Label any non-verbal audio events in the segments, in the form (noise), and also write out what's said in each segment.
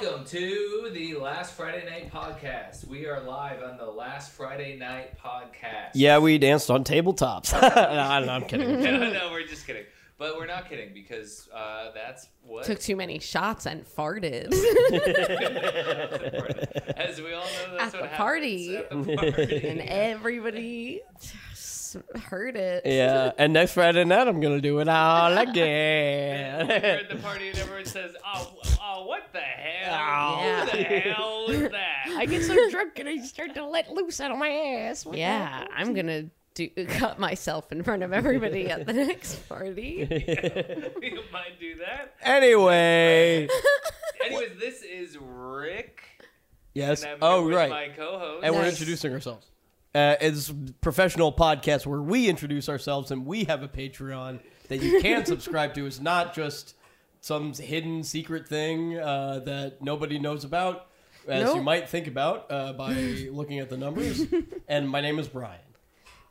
to the Last Friday Night Podcast. We are live on the Last Friday Night Podcast. Yeah, we danced on tabletops. (laughs) no, I don't know, I'm kidding. (laughs) no, (laughs) no, we're just kidding. But we're not kidding because uh, that's what. Took too many shots and (laughs) farted. As we all know, that's At what the happens party. At the (laughs) party. and everybody s- heard it. Yeah, and next Friday night I'm gonna do it all We're at again. (laughs) the party and everyone says, "Oh, oh what the hell? Oh, Yeah. What the hell (laughs) is that?" I get (laughs) so drunk and I start to let loose out of my ass. What the Yeah, I'm gonna do cut myself in front of everybody at the (laughs) next party. (laughs) you might do that. anyway, Anyways, this is Rick. yes. And I'm Oh, here with right. My co-host. and we're Nice. introducing ourselves. Uh, it's a professional podcast where we introduce ourselves and we have a Patreon that you (laughs) can subscribe to. It's not just some hidden secret thing uh, that nobody knows about, as you Nope. might think about uh, (laughs) by looking at the numbers. and my name is Brian.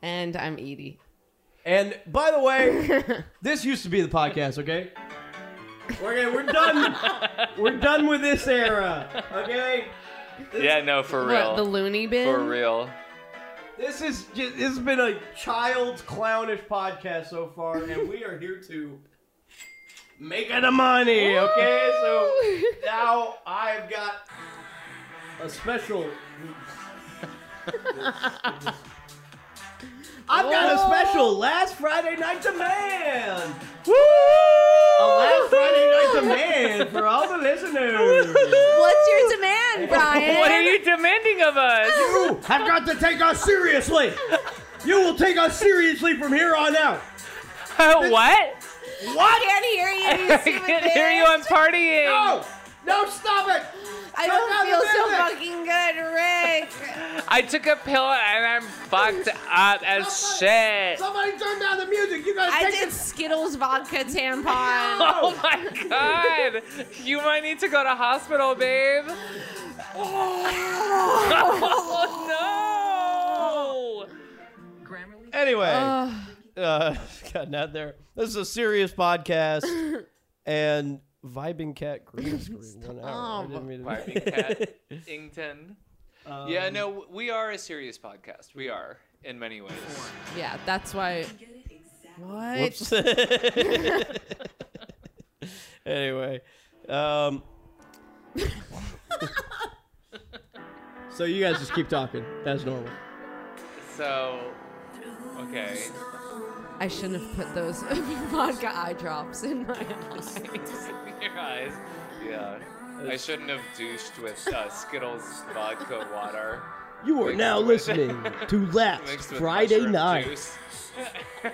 and (laughs) I'm Edie. And by the way, this used to be the podcast, okay? Okay, we're done. we're done with this era, okay? yeah, no, for What the loony bin? real. This is just, this has been a child's clownish podcast so far, and we are here to make the money. Okay, so now I've got a special. I've got a special last Friday night demand. Woo! A last Friday night demand for all the listeners. What's your (laughs) demand, Brian? What are you demanding of us? (laughs) You (laughs) have got to take us seriously. You will take us seriously from here on out. what? I can't hear (laughs) you. you I (laughs) can't hear you. I'm partying. No! No, stop it! I don't don't Turn down feel feel the so so music. fucking good, Rick. I took a pill and I'm fucked up as shit. Somebody turn down the music. You gotta I take did Skittles (laughs) vodka (laughs) tampon. Oh my god! You might need to go to hospital, (laughs) babe. Oh no! the- Anyway, uh, (laughs) gotten out there. This is a serious (laughs) podcast, and vibing cat green screen one hour. I didn't mean to- Barking (laughs) Cat Ington. yeah, no, we are a serious podcast. We are in many ways. Yeah, that's why. What? (laughs) Whoops. (laughs) anyway, (laughs) um. (laughs) so you guys just keep talking as normal. So, okay. I shouldn't have put those (laughs) vodka eye drops (laughs) in my eyes. Your eyes. Yeah. I shouldn't have douched with uh, Skittles vodka water You are now listening to Last mixed with Friday mushroom Night. juice.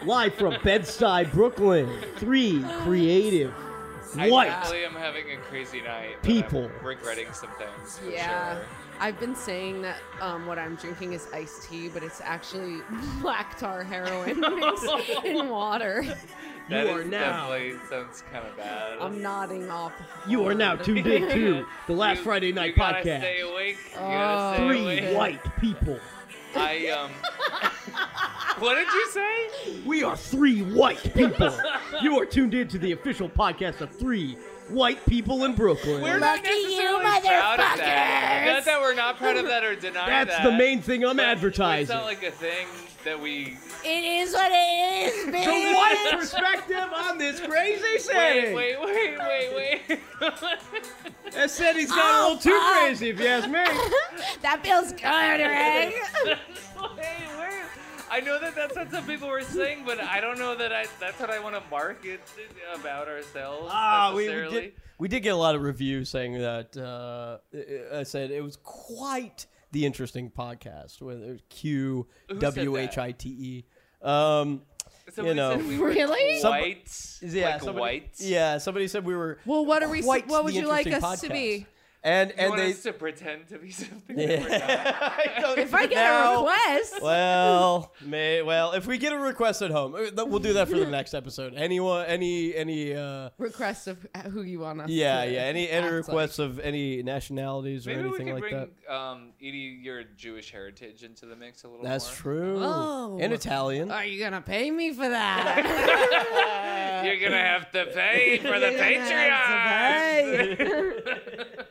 Live from Bedside, Brooklyn. Three creative I white. really am having a crazy night. but I'm People. regretting some things. For Yeah. Sure. I've been saying that um, what I'm drinking is iced tea, but it's actually (laughs) black (laughs) tar heroin mixed in water. That You are is now- definitely sounds kind of bad. I'm nodding off. You are now tuned in to the Last You- Friday Night you gotta Stay Podcast. awake. You gotta stay Three awake. white people. I um. what did you say? We are three white people. You are tuned in to the official podcast of three white people in Brooklyn. We're not necessarily proud of that. Not that we're not proud of that or denying That's that. the main thing I'm It's advertising. not like a thing that we. It is what it is, The white perspective on this crazy Wait, saying. wait, wait, wait, (laughs) wait. That said, he's got a Oh, little too fuck. Ah, crazy, if you ask me. that feels good, wait, wait. I know that that's what some people were saying, but I don't know that I. That's what I want to market about ourselves. Ah, we, we necessarily. did. We did get a lot of reviews saying that. Uh, I I said it was quite the interesting podcast with uh, Q said W H I T E. Um, Somebody know. said we were Really? Some- White. yeah, like somebody, white. Yeah, somebody said we were. Well, what are we- quite what would the you like interesting us to be? podcast. And You and want they. us to pretend to be (laughs) something that we're not. (laughs) I don't If I get know. a request, Well, may well if we get a request at home, uh, th- we'll do that for the next episode. Anyone, any, any. uh request of who you want us. yeah, to yeah. Any any act like. requests of any nationalities or Maybe we anything could like bring that? um, Edie your Jewish heritage into the mix a little That's more. true. Oh. And Italian. Are you gonna pay (laughs) me for that? That's true. You're gonna have to pay for the (laughs) You're gonna have to Patreon.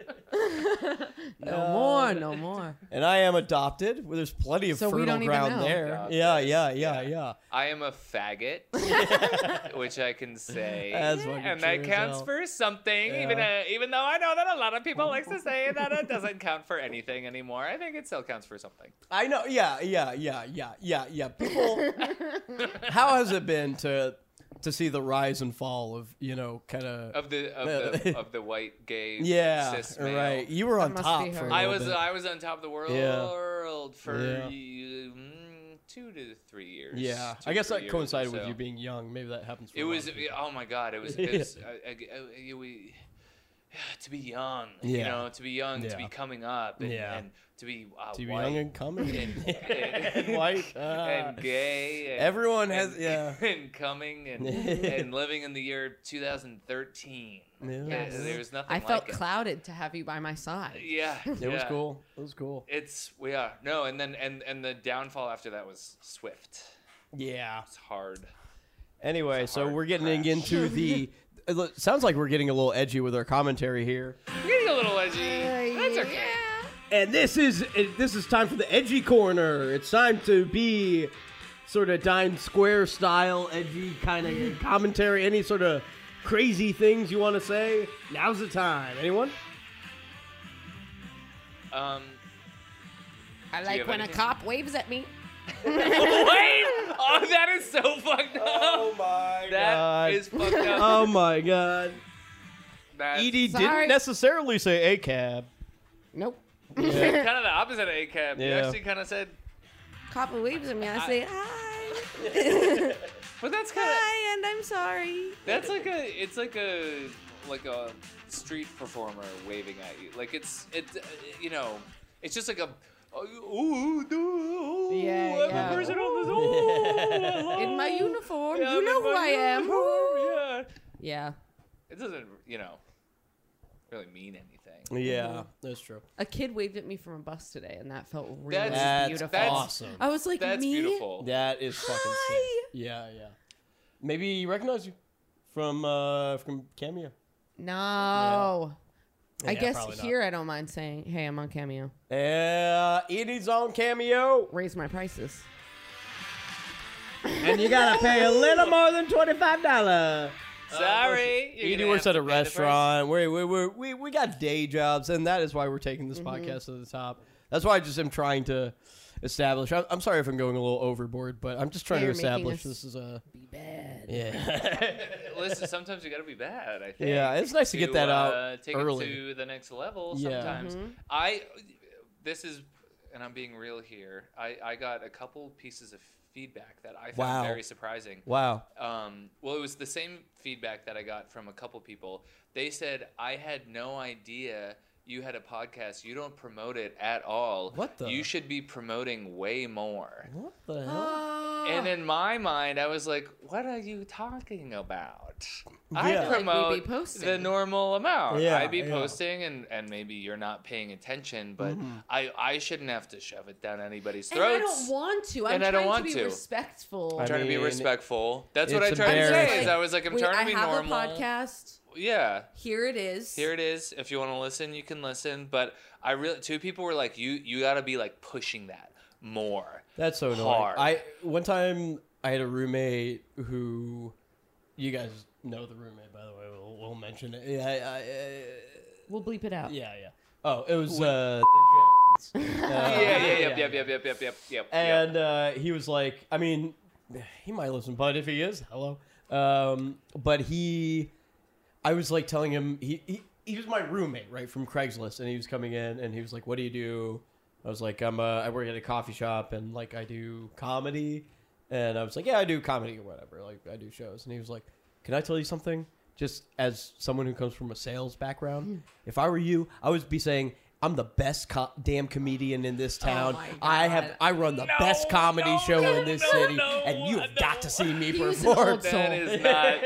No more, no more. And I am adopted. Well, there's plenty of So we fertile don't even ground know. there. Adopted. Yeah, yeah, yeah, yeah. I am a faggot, which I can say, That's fucking and that true as counts hell. for something. Even uh, Yeah. even though I know that a lot of people like to (laughs) say that it doesn't count for anything anymore, I think it still counts for something. (laughs) I know. Yeah, yeah, yeah, yeah, yeah, (laughs) yeah. People, how has it been to to see the rise and fall of you know kind of Of the of (laughs) the, of the white gay yeah, cis male. right? You were on must top be for a her. I little was uh, bit. I was on top of the world Yeah. for Yeah. ye- mm, two to three years. yeah, two I to guess three that years or coincided with so. you being young. Maybe that happens. For It a lot was of people. oh my god! It was, (laughs) it was uh, I- I- I- you- we, (sighs) to be young, you Yeah. know, to be young, to be Yeah. coming up, and, Yeah. and to be uh, to be white young and coming (laughs) and, and and, white. Uh, (laughs) and gay. And, everyone has and- yeah. (laughs) and coming (laughs) and and living in the year 2013. Yeah. Yeah, Yes. there was nothing. I felt like it. clouded to have you by my side. (laughs) Yeah, It was yeah. cool. It was cool. It's we are no, and then and and the downfall after that was swift. Yeah. It's hard. Anyway, It's a so hard we're getting crash. into the. it lo- sounds like we're getting a little edgy with our commentary here. We're getting a little edgy. That's okay. And this is uh, this is time for the edgy corner. It's time to be sort of dime square style edgy kind of commentary. Any sort of crazy things you want to say? Now's the time. Anyone? Um, I you have like when a anything? cop waves at me. wait! Oh, that is so fucked up. Oh my That is fucked up. (laughs) oh my god. Oh, That's Edie Sorry. didn't necessarily say a cab. Nope. kind of the opposite of ACAB. You Yeah. actually kind of said, Cop waves at me. I, say hi. but that's kind of hi, and I'm sorry. that's like a it's like a like a street performer waving at you. Like it's it you know it's just like a. Oh, ooh, ooh, ooh, Yeah, I'm yeah. a person on (laughs) this. Ooh, In my hello. uniform, Oh. Yeah, you I'm know in who my I am. uniform, Yeah. Yeah, It doesn't, you know, really mean anything. Yeah, that's true. a kid waved at me from a bus today, and that felt really That's- That's beautiful. that's- awesome. I was like, That's me? beautiful. That is fucking sick. Hi. Yeah, yeah. Maybe you recognize you from uh from cameo. No. I Yeah, guess probably not. here I don't mind saying, hey, I'm on Cameo. Uh, Edie's on cameo, Raise my prices. and you gotta pay a little more than Uh, twenty five dollar. Uh, Sorry. you're Edie gonna works have at to a pay the (laughs) restaurant. We we we we we got day jobs, and that is why we're taking this Mm-hmm. podcast to the top. That's why I just am trying to establish. I'm, I'm sorry if I'm going a little overboard, but I'm just trying Yeah, to you're making establish us- this is a Be bad. yeah price. (laughs) Listen, sometimes you got to be bad, I think. yeah. It's nice to get that out uh, take early. it to the next level Yeah. sometimes. I, this is, and I'm being real here, I, I got a couple pieces of feedback that I found Wow. very surprising. (laughs) Wow. um, well, it was the same feedback that I got from a couple people. They said, I had no idea you had a podcast. You don't promote it at all. What the- You should be promoting way more. What the hell? Oh. And in my mind, I was like, what are you talking about? Yeah. I Like we'd be promote the posting. normal amount. Yeah, I'd be yeah. posting, and, and maybe you're not paying attention, but Mm-hmm. I, I shouldn't have to shove it down anybody's And throats. I don't want to. I'm And I don't trying want to be to. respectful. I I'm trying to be mean, respectful. That's what I it's tried to say. Is embarrassing. I was like, I'm Wait, trying to I be have normal. a podcast. Yeah, Here it is. here it is. If you want to listen, you can listen. But I really, two people were like, you you got to be like pushing that more. That's so annoying. hard. I one time I had a roommate who, you guys know the roommate by the way. We'll, we'll mention it. Yeah, I, I, We'll bleep it out. yeah, yeah. Oh, it was uh, the Jetsons. (laughs) Uh, Yeah, yeah, yep, yep, yep, yep, yep, yep, yep. And uh, he was like, I mean, he might listen, but if he is, hello. Um, but he, I was like telling him he, he he was my roommate right from Craigslist, and he was coming in, and he was like, "What do you do?" I was like, "I'm uh, I work at a coffee shop, and like I do comedy." And I was like, "Yeah, I do comedy or whatever. Like I do shows." And he was like, "Can I tell you something?" Just as someone who comes from a sales background, if I were you, I would be saying. I'm the best co- damn comedian in this town. my I God. have I run the No, best comedy no, show no, in this no, city, no, and you have no. got to see me He was an perform. old that (laughs) soul. is not.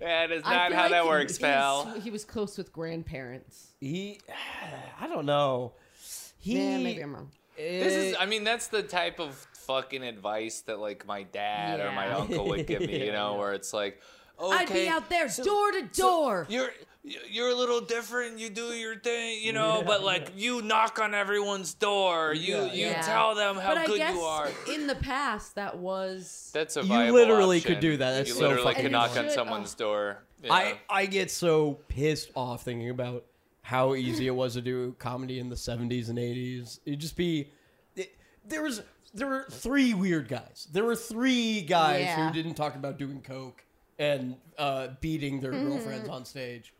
That is I not feel how like that he- works, he, pal. was- He was close with grandparents. He, (sighs) I don't know. He, eh, Yeah, maybe I'm wrong. This is. I mean, that's the type of fucking advice that like my dad or my Yeah. uncle would give me. You Yeah, (laughs) know, yeah. where it's like. okay. I'd be out there so- door to so door. You're you're a little different. You do your thing, you know. but like you knock on everyone's door. You Yeah. you Yeah. tell them how but I good guess you are. in the past that was That's a You viable literally option. could do that. That's you so literally fucking could And you knock on should- someone's oh. door. you know. I, I get so pissed off thinking about how easy it was to do comedy in the 70s and 80s. It'd just be it, there was there were three weird guys. There were three guys Yeah. who didn't talk about doing coke and uh, beating their Mm-hmm. girlfriends on stage.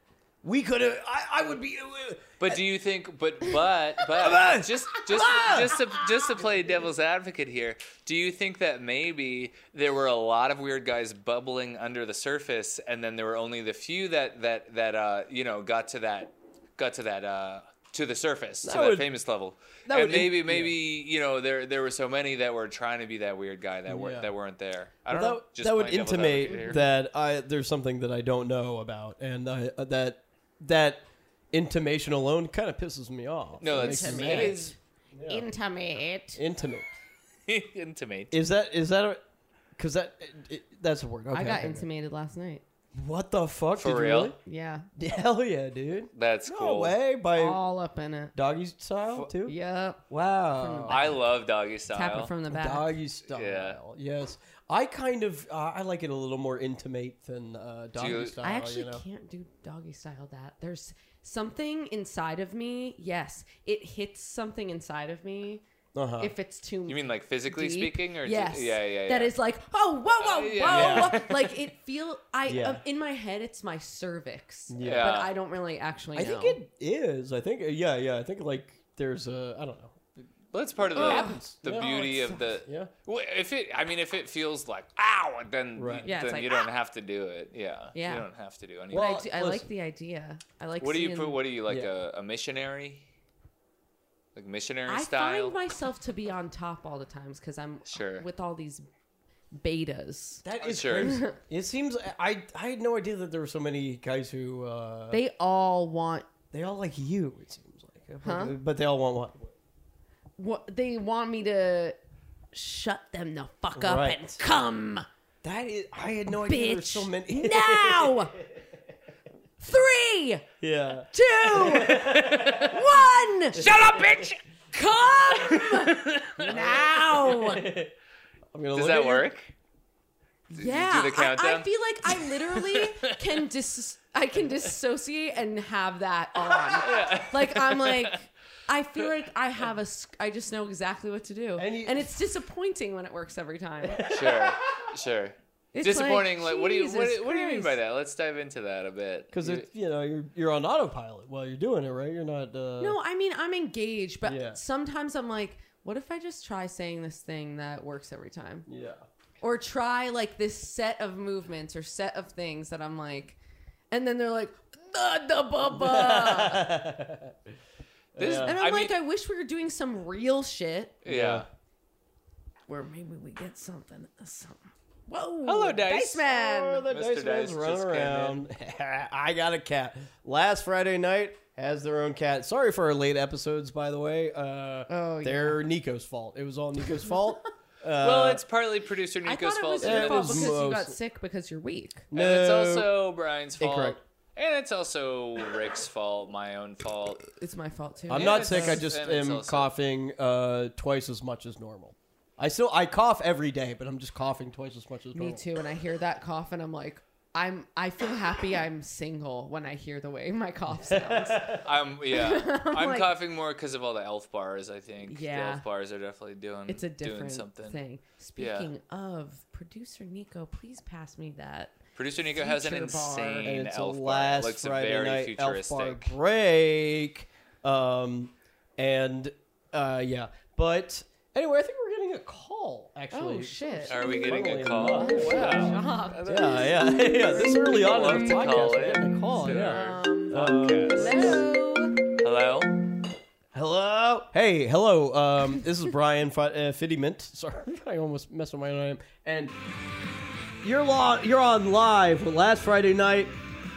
We could have. I, I would be. eh, But do you think? But (laughs) but but Uh, on. just just just to, just to play devil's advocate here, do you think that maybe there were a lot of weird guys bubbling under the surface, and then there were only the few that that that uh you know got to that got to that uh to the surface to That that would- famous level, that and would in- maybe yeah. maybe you know there there were so many that were trying to be that weird guy that weren't Yeah. that weren't there. I don't Well, know. that, that would playing devil's advocate here. intimate that I there's something that I don't know about, and I, uh, that that intimation alone kind of pisses me off. no, It that's makes me it mad. is Intimate. intimate. (laughs) intimate. Is that is that a? Because that it, that's a word. Okay, I got okay. intimated last night. What the fuck? For did real? You Yeah, really? (laughs) Hell yeah, dude. That's No cool. way by all up in it. doggy style Fu- too. Yep. Wow. I love doggy style. Tap it from the back. Doggy style. Yeah. Yes. I kind of uh, I like it a little more intimate than uh, doggy you- style. I actually you know? can't do doggy style that. There's something inside of me. Yes, it hits something inside of me Uh-huh. if it's too Uh, You mean like physically deep. speaking, or ju- yes, yeah, yeah, yeah. That is like oh whoa Uh, whoa yeah. whoa, like it feel I Yeah. uh, in my head it's my cervix, Yeah. but I don't really actually. I know. think it is. I think yeah, yeah. I think like there's a I don't know. Well, that's part of the, happens. the No, beauty it of the. sucks. Yeah. Well, if it, I mean, if it feels like ow, then Right. you, Yeah, it's then like, "Ah." you don't have to do it. Yeah, Yeah. you don't have to do anything. But I, Well, do, I like listen. the idea. I like. what do you seeing- put? What are you like Yeah. a, a missionary? Like missionary I style. find myself to be on top all the times because I'm Sure. with all these betas. That Uh, is sure. (laughs) crazy. It seems I I had no idea that there were so many guys who uh, They all want they all like you. It seems like, Huh? but, but they all want what? what they want me to shut them the fuck up Right. and come That is, I had no idea there were Bitch. so many. (laughs) now. Three, (laughs) yeah, two, (laughs) one. Shut up, bitch! (laughs) Come now. I'm gonna Does look that at your- work? Yeah, do the I- I, countdown? feel like (laughs) I literally can dis I can dissociate and have that on. Like (laughs) I'm like I feel like I have a s- I just know exactly what to do. And And, you- it's disappointing when it works (laughs) every time. Sure, sure. (laughs) It's Disappointing. Like, what do you what, Jesus do- what do you mean by Christ. that? Let's dive into that a bit. Because You- it's you know you're you're on autopilot while you're doing it, right? You're not. Uh, No, I mean I'm engaged, but Yeah. sometimes I'm like what if I just try saying this thing that works every time? Yeah. Or try like this set of movements or set of things that I'm like and then they're like the the (laughs) bubba. Uh. (laughs) this, Yeah. And I'm I like, mean, I wish we were doing some real shit yeah. where maybe we get something. uh, something. Whoa! Hello, Dice. Oh, Man. Mr. the dice Dice man's running just around. (laughs) came I got a cat. Last Friday night has their own cat. Sorry for our late episodes, by the way. Uh, Oh, yeah. they're Nico's fault. It was (laughs) all Nico's fault. Uh, Well, it's partly producer I Nico's thought it fault. was and your it then fault is it's- because you got mostly- sick because you're weak. no, And it's also Brian's fault. Incorrect. And it's also Rick's fault, my own fault. It's my fault too. I'm Yeah, not it's- sick. I just and it's am also- coughing uh, twice as much as normal. I still I cough every day, but I'm just coughing twice as much as Me normal. too. And I hear that cough, and I'm like, I'm. I feel happy. I'm single when I hear the way my cough sounds. I'm (laughs) yeah. I'm, like- coughing more because of all the elf bars. I think Yeah. the elf bars are definitely doing It's a doing different something. thing. Speaking of producer Nico, please pass me that. Producer Nico has an Future bar. insane And it's a elf last bar. It looks Friday very night futuristic. elf bar break. Um, and uh, yeah, but anyway, I think we're getting a call. Actually, Oh, shit. Are we getting Funnily a call? enough. Wow. Job. Yeah, (laughs) yeah, yeah. This early on We'll in have the to podcast, call we're in getting a call. to Yeah. our Um, podcast. Hello. Hello. Hello. Hey, hello. Um, this is Brian F- uh, Fittyment. Sorry, (laughs) I almost messed up my own name. And you're lo- you're on live with last Friday night,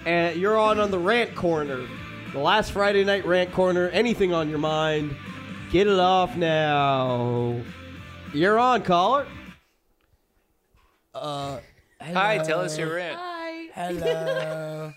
and you're on on the rant corner, the last Friday night rant corner. Anything on your mind? Get it off now. You're on, caller. Uh, Hi. Tell us your rant. Hi. (laughs) Hello.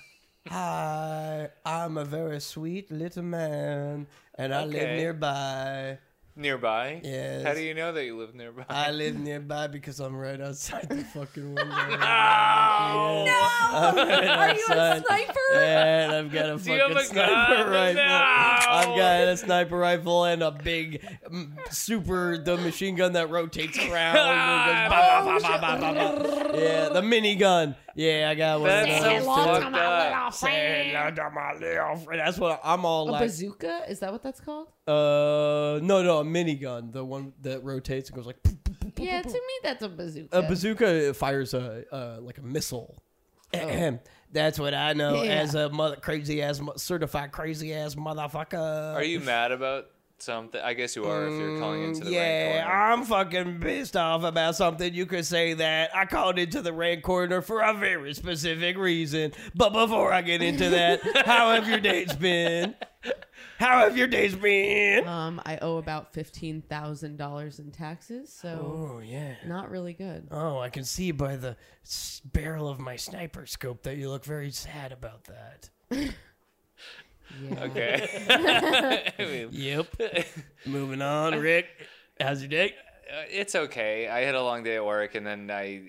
Hi. I'm a very sweet little man, and I Okay. live nearby. Nearby? Yes. How do you know that you live nearby? (laughs) I live nearby because I'm right outside the fucking (laughs) window. Are you a outside. sniper? And I've (laughs) got a Do you have fucking a gun? sniper rifle. No! I've got a sniper rifle and a big mm, super the machine gun that (laughs) rotates around. and goes bah, bah, bah, bah, bah, bah, bah. Yeah, the minigun. Yeah, I got one. of That's those. so Hello to fucked my up. little Say hello friend. to my little friend. That's what I'm all A like. bazooka? Is that what that's called? Uh, no, no, a minigun, the one that rotates and goes like. poof, poof, poof, Yeah, to poof, me that's a bazooka. a bazooka fires a uh, like a missile. Oh. That's what I know Yeah. as a mother crazy ass mo- certified crazy ass motherfucker. Are you mad about something? I guess you are if you're calling into the Yeah, rank corner. I'm fucking pissed off about something. You could say that I called into the rant corner for a very specific reason. But before I get into (laughs) that, how have your days been? How have your days been? Oh, Um, I owe about fifteen thousand dollars in taxes, so Oh yeah. not really good. Oh, I can see by the s- barrel of my sniper scope that you look very sad about that. Mm, Yeah. Okay. (laughs) (laughs) I mean, Yep. Moving (laughs) on, Rick. How's your day? uh, it's okay. I had a long day at work, and then I,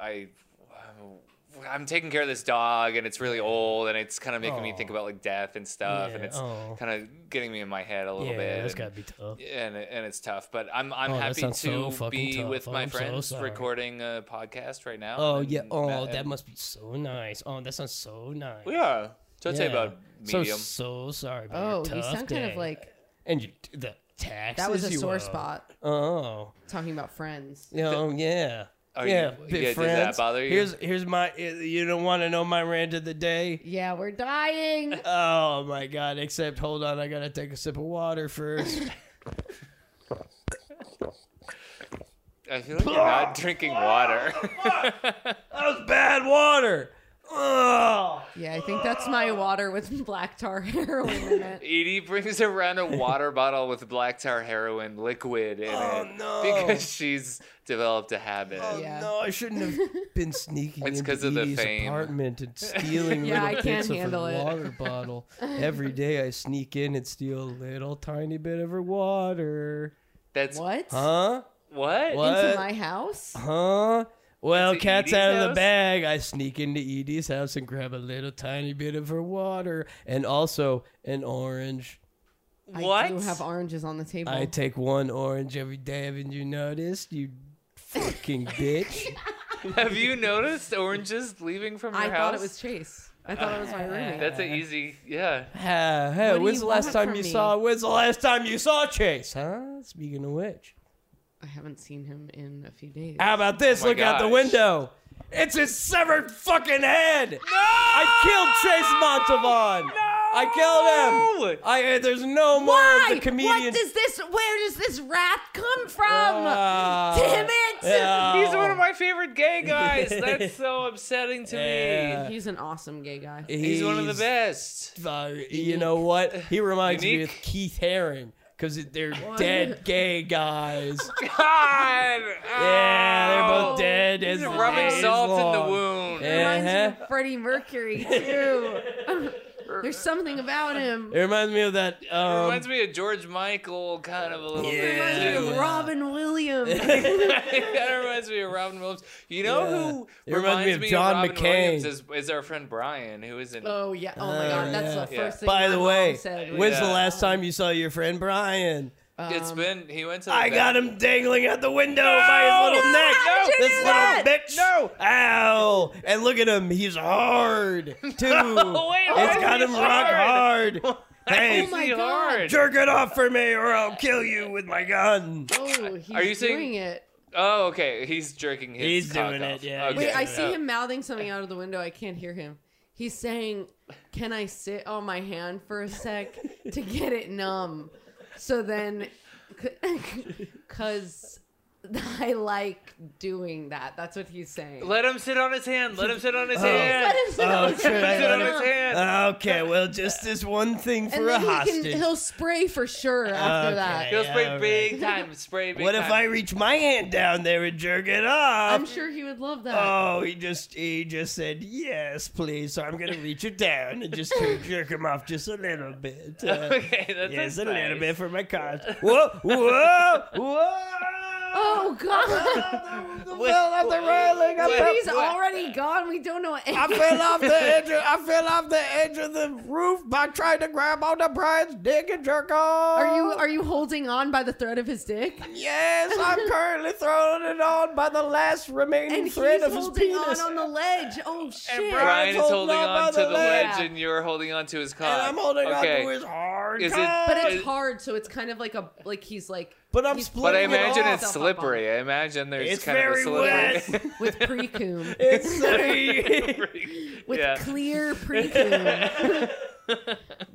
I, uh, I'm taking care of this dog, and it's really old, and it's kind of making me think about like death and stuff, and Oh. Yeah, it's aw. kind of getting me in my head a little bit. that's and- gotta be tough. and it- and it's tough, but I'm I'm Oh, that happy to sounds so fucking be tough. with my I'm so friends sorry. recording a podcast right now. Oh and- yeah. Oh, and- that must be so nice. Oh, that sounds so nice. yeah. So I'd say about So medium. so sorry. About Oh, your you tough sound kind day. of like and you, the taxes. that was a you sore owe. spot Oh. talking about friends. Yeah, Oh yeah. Oh, yeah, you- big yeah, does that friends. bother you? Here's here's my. eh, You don't want to know my rant of the day. Yeah, (laughs) we're dying. Oh my god, except hold on, I gotta take a sip of (laughs) water first. I feel like you're (laughs) not drinking water. (laughs) that was bad water. Ugh. Yeah, I think that's my water with black tar heroin in it. Edie brings around (laughs) a water bottle with black tar heroin liquid in Oh, it no. because she's developed a habit. Oh Yeah. no, I shouldn't (laughs) have been sneaking It's into 'cause of the Edie's fame. (laughs) apartment and stealing Yeah, I little can't bits of her handle it. water (laughs) bottle. Every day I sneak in and steal a little tiny bit of her water. That's what? What? Huh? What? What? Into my house? Huh? Well, Into cat's Edie's out of house? the bag. I sneak into Edie's house and grab a little tiny bit of her water and also an orange. I do have oranges on the table. I take one orange every day. Haven't you noticed? You (laughs) fucking bitch. (laughs) Have you noticed oranges leaving from your I house? thought it was Chase. I thought it was my roommate. That's an easy, yeah. Ah, hey, What do when's you the last want time from you me? saw? When's the last time you saw Chase? Huh? Speaking of which, I haven't seen him in a few days. how about this? Oh my Look out the gosh. window. It's his severed fucking head. No! I killed Chase Montavon. No! I killed him. I uh, there's no more of the comedian. What does this? Where does this wrath come from? Ah. Damn it! (laughs) Yeah. He's one of my favorite (laughs) gay guys. That's so upsetting to Yeah. me. He's an awesome gay guy. He's, one of the best. uh, you know what? He reminds me of Unique. Keith Haring because they're dead gay guys. (laughs) God. yeah, they're Ow. both dead. He's As the Ah, rubbing day is salt in long. the wound. Yeah. Reminds me Uh-huh. of Freddie Mercury too. (laughs) There's something about him. It reminds me of that. Um, Reminds me of George Michael kind of a little Yeah. bit. Reminds me too. of (laughs) Robin Williams. (laughs) that reminds me of Robin Williams. You know Yeah. who It reminds me of John Robin McCain. Williams is, is our friend Brian, who is in oh yeah. Oh my god. That's the yeah. first thing. By my the mom way, said was, when's the Yeah. last time you saw your friend Brian? it's um, been he went to the I bath- got him dangling out the window by his little No, neck. how'd you this do little that? bitch. No. Ow! And look at him. (laughs) He's hard too. wait, why it's got is him he rock hard? (laughs) Oh hard. hey, Is oh, my he God. hard? jerk it off for me, or I'll kill you with my gun. Oh, he's Are you saying- doing it? Oh, okay. He's jerking his. He's cock doing it, off. yeah. Okay. Wait, I Yeah. see him mouthing something out of the window. I can't hear him. He's saying, "Can I sit on my hand for a sec (laughs) to get it numb?" So then, because I like doing that. That's what he's saying. Let him sit on his hand. Let him sit on his Oh. hand. Let him sit on his shit, I Sit on let his him- hand. Okay, well, just this one thing and for a then he hostage. can, he'll spray for sure after Okay. that. He'll Yeah, spray all right. big time. Spray big what time. if I reach my hand down there and jerk it off? I'm sure he would love that. Oh, he just he just said yes, please. So I'm gonna reach it down and just kinda jerk him off just a little bit. Uh, (laughs) Okay, that's yes, a nice. little bit for my cause. Whoa, (laughs) whoa, whoa! Oh (laughs) God! I fell off the railing. I wait. fell, (laughs) he's already gone. We don't know I anything. fell off the edge. Of, I fell off the edge of the roof by trying to grab on to Brian's dick and jerk off. (laughs) Are you are you holding on by the thread of his dick? Yes, (laughs) I'm currently throwing it on by the last remaining And he's thread of his holding on penis. on the ledge. Oh shit! Brian is Hold holding on by on to the the ledge, leg. and you're holding on to his cock. and I'm holding Uh, okay. on to his hard Is it- cock. But it's It- hard, so it's kind of like a like he's like But I'm he's splitting But I Pulling it imagine off. it's slippery. I imagine there's It's kind very of a (laughs) wet. slippery. (laughs) with precum It's a, (laughs) with yeah. (laughs) clear precum.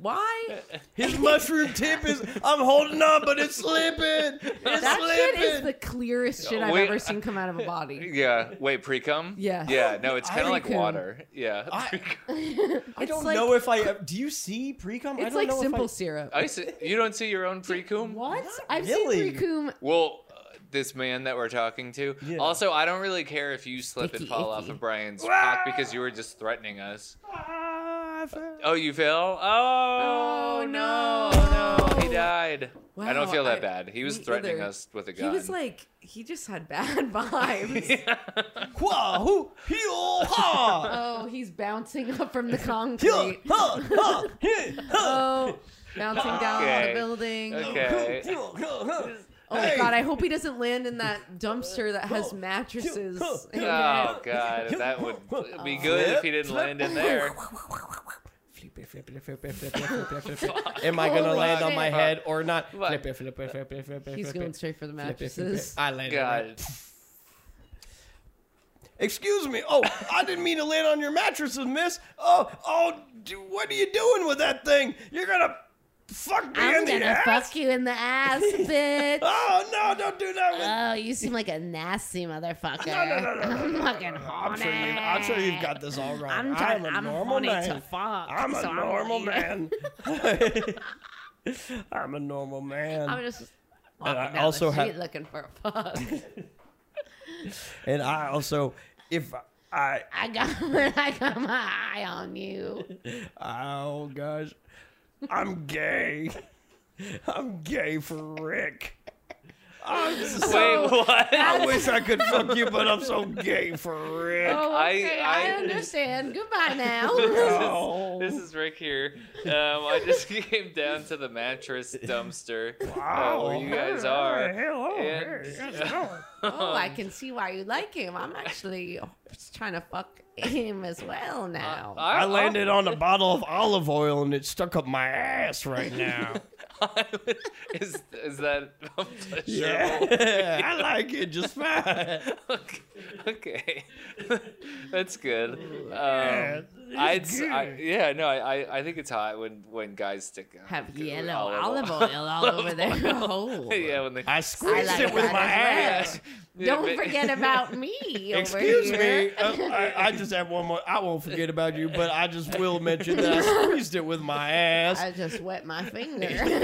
Why? his mushroom tip is. I'm holding on, but it's slipping. It's That slipping. shit is the clearest shit I've Wait, ever seen come out of a body. yeah. Wait, pre cum? Yes. Yeah. No, it's kind of like Pre-cum. water. Yeah. (laughs) I- I I don't like, know if I. ev- Do you see precum? I It's don't like know if simple I- syrup. I see, you don't see your own pre cum? What? I've really. seen precum. Well, uh, this man that we're talking to. Yeah. Also, I don't really care if you slip and Icky, fall off icky. of Brian's cock because you were just threatening us. Oh, you fell? Oh, Oh, no, no. no. He died. I don't Wow, feel that I- bad. He was me threatening either. us with a He gun. was like, he just had bad (laughs) vibes. Whoa, who? Heel, ha! (laughs) Oh, he's bouncing up (laughs) from the Heel, concrete. ha, ha, he, ha. Oh, (laughs) bouncing down on Okay. the building. okay. Heel, ha, ha. Oh my god, I hope he doesn't land in that dumpster that has mattresses. (laughs) (laughs) in Oh it. god, that would (laughs) be good if he didn't land in there. Flippy, flippy, flippy, flippy, flippy, (laughs) flippy. Am I gonna Holy land on my shit. head or not? Oh What? Flippy, flippy, flippy, flippy, He's flippy, going straight for the flippy, flippy. mattresses. I landed. on God. it. Excuse me. Oh, I didn't mean to land on your mattresses, miss. Oh, oh, do, what are you doing with that thing? You're gonna fuck me in I'm the gonna ass. fuck you in the (laughs) ass, bitch. Oh no, don't do that. With- Oh, you seem like a nasty motherfucker. no, no, no, no, I'm fucking I'm horny. sure, you, I'm sure you've got this all wrong. I'm, I'm trying, a I'm normal horny man. (laughs) to fuck. I'm a so normal like- (laughs) man. (laughs) I'm a normal (laughs) man. I'm just and walking I down also the street have, looking for a (laughs) fuck. and I also, if I, I got, (laughs) I got my eye on you. oh gosh, I'm gay. I'm gay for Rick. I'm so, Wait, what? I wish I could fuck you, but I'm so gay for Rick. Oh, I- okay, I- I, understand. (laughs) Goodbye now. (laughs) Oh, This is Rick here. Um, I just (laughs) came down to the mattress dumpster Oh, uh, where you guys are. Hello. And- (laughs) oh, I can see why you like him. I'm actually trying to fuck him as well now. I landed oh, on a bottle of olive oil and it stuck up my ass right (laughs) now. is is that pleasurable? (laughs) yeah, I like it just fine. okay, (laughs) okay. (laughs) that's good. (laughs) Um, I'd, s- I, yeah, no, I, I- I think it's hot when, when guys stick uh, Have g- yellow olive oil all over Oh. their hole. (laughs) yeah, when they I squeezed like it with that my as ass. well. yeah, Don't but- forget about me. over Excuse here. me. Uh, I, I just have one more. I won't forget about you, but I just will mention that (laughs) I squeezed it with my ass. I just wet my finger. (laughs)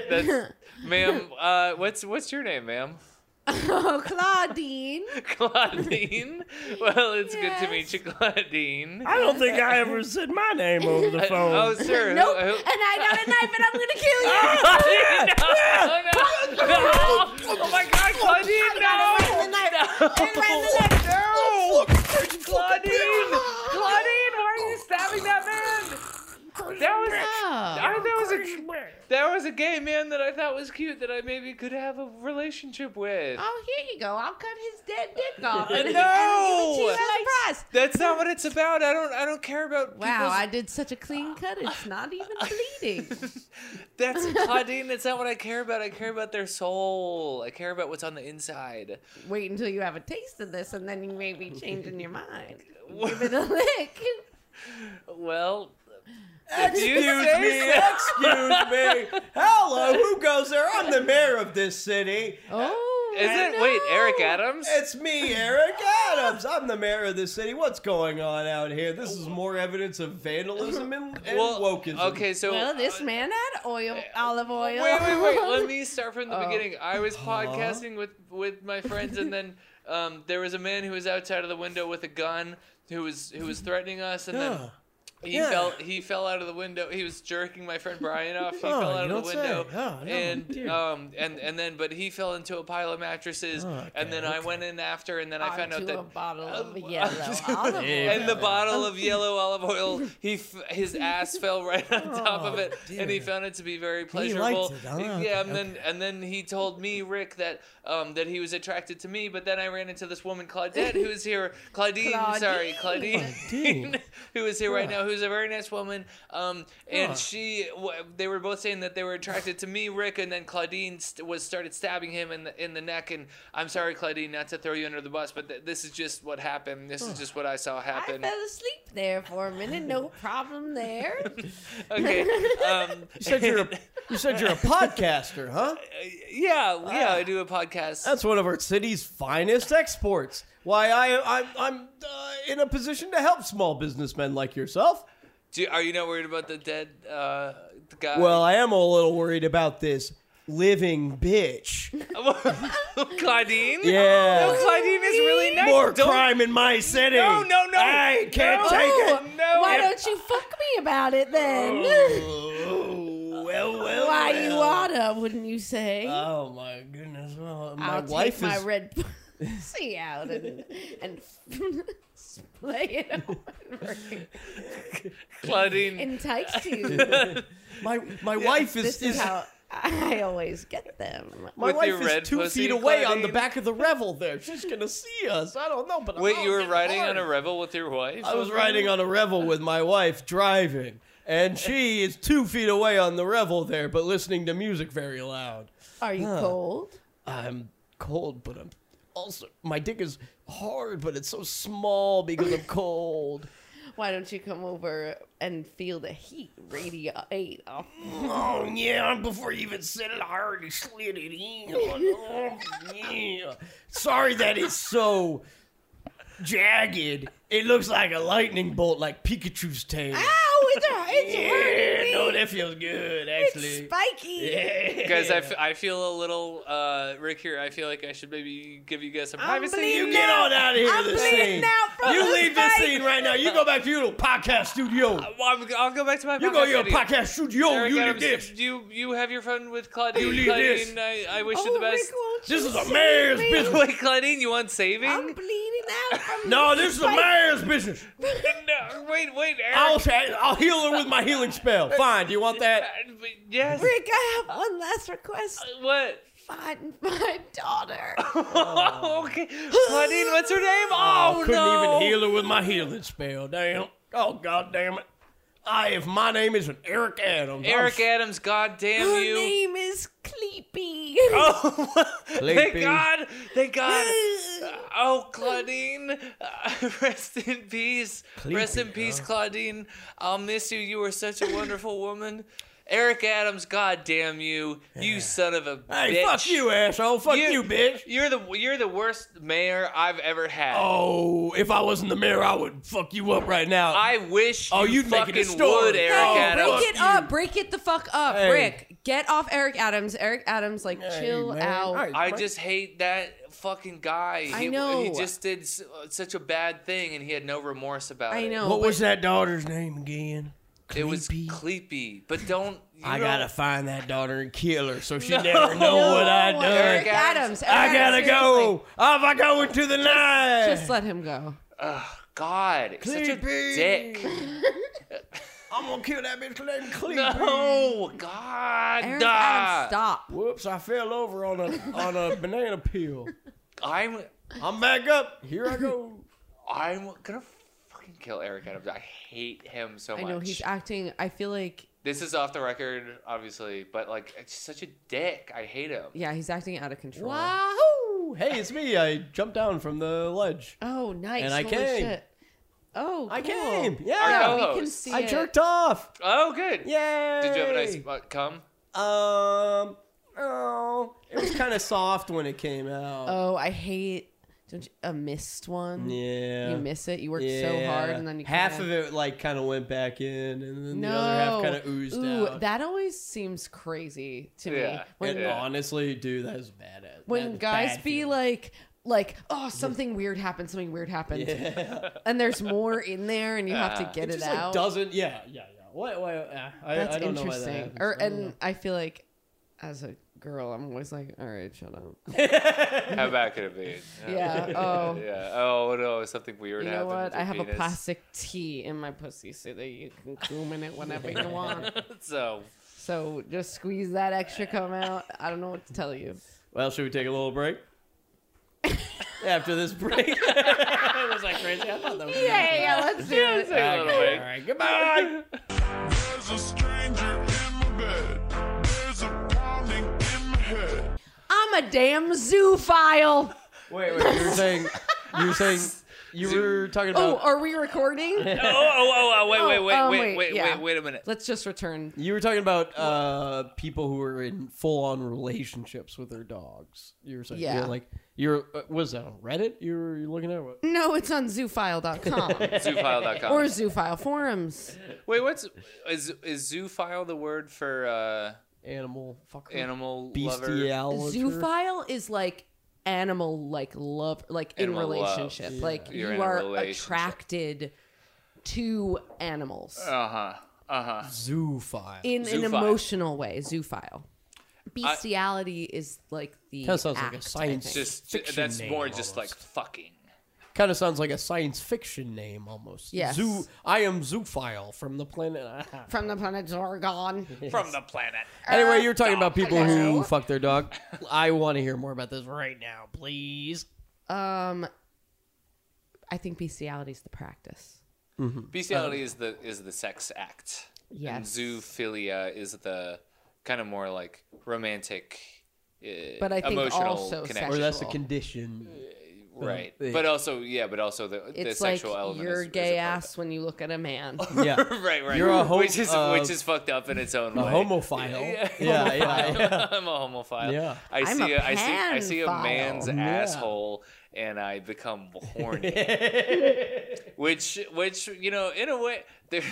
(laughs) That's, ma'am, uh, what's what's your name, ma'am? (laughs) oh, Claudine. Claudine. (laughs) Well, it's good to meet Yes. you, Claudine. I don't think I ever said my name over the (laughs) Uh, oh, phone. (laughs) sir. Nope. who- who- And I got a knife and I'm going to kill you. (laughs) Oh, no. No. (laughs) Oh my God, Claudine, no! Claudine, Claudine, why are you stabbing that man? That was I, that was a that was a gay man that I thought was cute that I maybe could have a relationship with. Oh, here you go. I'll cut his dead dick off. (laughs) No! Surprise! That's not what it's about. I don't I don't care about Wow, people's- I did such a clean cut. It's not even bleeding. That's Claudine. That's not what I care about. I care about their soul. I care about what's on the inside. Wait until you have a taste of this, and then you may be changing your mind. (laughs) Give it a lick. Well, Excuse You me. say (laughs) Excuse me. Hello. Who goes there? I'm the mayor of this city. Oh, it? Wait, Eric Adams? It's me, Eric Adams. I'm the mayor of this city. What's going on out here? This is more evidence of vandalism and, and well, wokeism. okay, so Well, this uh, man had oil, olive oil. Wait, wait, wait. (laughs) Oh. Let me start from the beginning. I was podcasting with with my friends, and then um, there was a man who was outside of the window with a gun who was who was threatening us, and then. (gasps) Yeah. He Yeah. fell. He fell out of the window. He was jerking my friend Brian off. He (laughs) Oh, fell you out of don't the say. window, Oh, no, and dear. um, and and then, but he fell into a pile of mattresses, Oh, okay, and then I went in after, and then I found out Onto that a bottle (laughs) of Oh, yellow olive (laughs) oil. Yeah. and the bottle (laughs) of yellow olive oil, he f- his ass fell right on top of it, and he dear. found it to be very Oh, He pleasurable. liked it, huh? yeah, and Okay, then and then he told me Rick that um, that he was attracted to me, but then I ran into this woman Claudette who is here, Claudine, sorry, Claudine, Claudine. (laughs) who is here right now, who's a very nice woman, um, and Huh. she w- they were both saying that they were attracted to me, Rick, and then Claudine st- was started stabbing him in the in the neck, and I'm sorry, Claudine, not to throw you under the bus, but th- this is just what happened. This is just what I saw I happen. fell asleep there for a minute. No problem there. (laughs) Okay. Um, You said you're a, you (laughs) said you're a podcaster, huh? yeah, yeah, I do a podcast. That's one of our city's finest exports. Why I, I I'm uh, in a position to help small businessmen like yourself. do, are you not worried about the dead uh, guy? (laughs) Well, I am a little worried about this living (laughs) bitch. Claudine. Yeah. Claudine is really nice. More Don't- crime in my city. No, no, no. I can't No. take it. No. Oh, Why don't you fuck me about it then? Oh, (laughs) well, well, Why you well. oughta, wouldn't you say? Uh, Oh my goodness! Well, my I'll wife take my is. red (laughs) pussy out and and (laughs) play (laughs) it over Claudine. entice (laughs) you. my my wife is. This is is- how I always get them. my With wife your is red two pussy, feet away on the Claudine. back of the revel. There, she's gonna see us. I don't know, but I'm Wait, out you were there riding hard. on a rebel with your wife? I was riding on a revel with my wife driving, (laughs) and she is two feet away on the revel there, but listening to music very loud. Are you cold? I'm cold, but I'm also my dick is hard, but it's so small (laughs) because I'm cold. Why don't you come over and feel the heat radiate off? Oh yeah, before you even said it, I already slid it in. Oh, yeah. Sorry that it's so jagged. It looks like a lightning bolt, like Pikachu's tail. Ow! It's hurt- Ah, it's yeah, hurting no, me. that feels good It's actually. spiky. yeah. Guys, I, f- I feel a little, uh, Rick here, I feel like I should maybe give you guys some privacy. bleeding you get on out of here. I'm this bleeding scene. out from You the leave this spike. scene right now. You go back to your little podcast studio. Well, I'm, I'll go back to my You podcast go to your studio. podcast studio. Eric you leave Adams, this. You, you have your fun with Claudine. You leave this. Claudine, I, I wish you Oh, the best. Rick, won't This you is a save man's me? (laughs) business. Wait, Claudine, you want saving? I'm bleeding out from No, this is the spike. mayor's business. (laughs) no, wait, wait, Eric. I'll say, I'll heal her with my (laughs) healing spell. Fine. Do you want Uh, that? wait, yes. Rick, I have one last request. What? Find my daughter. (laughs) okay. Claudine, what's her name? Oh, Oh. couldn't no. even heal her with my healing spell. Damn. Oh god damn it. I if my name isn't Eric Adams. Eric I'm, Adams, goddamn Her you. name is Cleepy. (laughs) Oh, thank Sleepy. God. Thank God. (laughs) (laughs) Oh, Claudine. Uh, (laughs) rest in peace. rest in Sleepy, peace, Claudine. I'll miss you. You were such a wonderful woman. Eric Adams, goddamn you. You son of a Hey, bitch. fuck you, asshole. Fuck You- you, bitch. You're the you're the worst mayor I've ever had. Oh, if I wasn't the mayor, I would fuck you up right now. I wish Oh, you you'd make it fucking a story. Oh, would, Eric No, Adams. fuck Oh, Break it you. up. Break it the fuck up. Hey. Rick, get off Eric Adams. Eric Adams, like, Hey, chill man. out. All right, I Mike. just hate that fucking guy. I he, He know. just did s- uh, such a bad thing, and he had no remorse about it. I know. What but- was that daughter's name again? It was Creepy. creepy, but don't. You I don't- gotta find that daughter and kill her so she No. (laughs) never know what I No, done. Eric Adams. Adams. Eric I gotta Adams, go. Off I go into the night. seriously. Just let him go. Ugh, God, such a Creepy. dick. (laughs) I'm gonna kill that bitch for that clean. No, Oh, God. Eric ah. Adams, stop. Whoops! I fell over on a on a banana peel. I'm. I'm back up. Here I go. I'm gonna fucking kill Eric Adams. I hate him so I much. know he's acting. I feel like, this is off the record, obviously, but like, it's such a dick. I hate him. yeah, he's acting out of control. Wahoo! Hey, it's me. I jumped down from the ledge. Oh, nice. And I Holy came. Shit. Oh, I cool. came. Our Yeah. co-host. We can see I it. jerked off. Oh, good. Yay! Did you have a nice uh, cum? Um. Oh. It was kind of soft when it came out. Oh, I hate don't you, a missed one. yeah. You miss it. You work so hard, Yeah. and then you half kinda- of it like kind of went back in, and then No, the other half kind of oozed Ooh, out. That always seems crazy to me. Yeah. When and Yeah. honestly, dude, that was badass. when That's guys bad be feeling. like, like, (laughs) oh, something weird happened. Something weird happened, yeah. and there's more in there, and you have to Yeah. get it it, just like out. doesn't. Yeah, yeah, yeah. What? What? Uh, I, That's I don't know why that interesting. happens. or I don't know. and I feel like as a girl, I'm always like, all right, shut up. How bad could it be? (laughs) Yeah, oh. Yeah. Oh no, something weird You know happened. what? with your I have a penis. plastic T in my pussy so that you can cum in it whenever you want. (laughs) So So just squeeze that extra cum out. I don't know what to tell you. (laughs) Well, should we take a little (laughs) break? After this (laughs) break, was that crazy? I thought that was Yeah, yeah, let's (laughs) do it. a little Okay, break. all right, goodbye. (laughs) There's a stranger in my bed. There's a pounding in my head. I'm a damn (laughs) Uh, zoophile. Wait, wait. you were saying, you were saying, (laughs) you were talking Oh, about, are we recording? Oh, oh, oh, oh, wait, wait, wait, um, wait, wait, wait, wait, yeah. wait, a minute. Let's just return. you were talking about uh, people who were in full-on relationships with their dogs. You were saying, you were Yeah. like, you're uh, was that on Reddit? You were you looking at what? No, it's on (laughs) zoophile.com Zoophile.com. or zoophile forums. wait, what's is is zoophile the word for uh, Animal fucker, animal lover? bestiality. Zoophile is like animal like love like in Animal love. relationship. Like You're in you a are relationship. attracted to animals Uh huh. Uh huh. Zoophile. in an Zoophile. emotional way, zoophile. Bestiality is like the Kinda sounds like a act, I science think. Just Fiction that's name more just like almost. fucking. Kind of sounds like a science fiction name almost. Yes. Zoo. I am Zoophile from the planet. (laughs) from the planet Zorgon. From the planet. Anyway, you were talking about people who hello. fuck their dog. I want to hear more about this right now, please. (laughs) Um, I think bestiality is the practice. Bestiality is the is the sex act. And Yes. zoophilia is the kind of more like romantic. Uh, But I think emotional also connection. Or that's a Sexual. condition. right. Yeah. But also, yeah, but also the, the It's like sexual element. your is, is gay a part of Oh, ass when you look at a man. (laughs) Yeah. that. (laughs) right, right. You're a ho- which is uh, which is fucked up in its own A way. homophile. (laughs) (laughs) Yeah, yeah, yeah. I'm a homophile. Yeah. I I'm see a a, I see I see a panphile. man's Yeah. asshole and I become (laughs) horny. which which you know in a way (laughs) there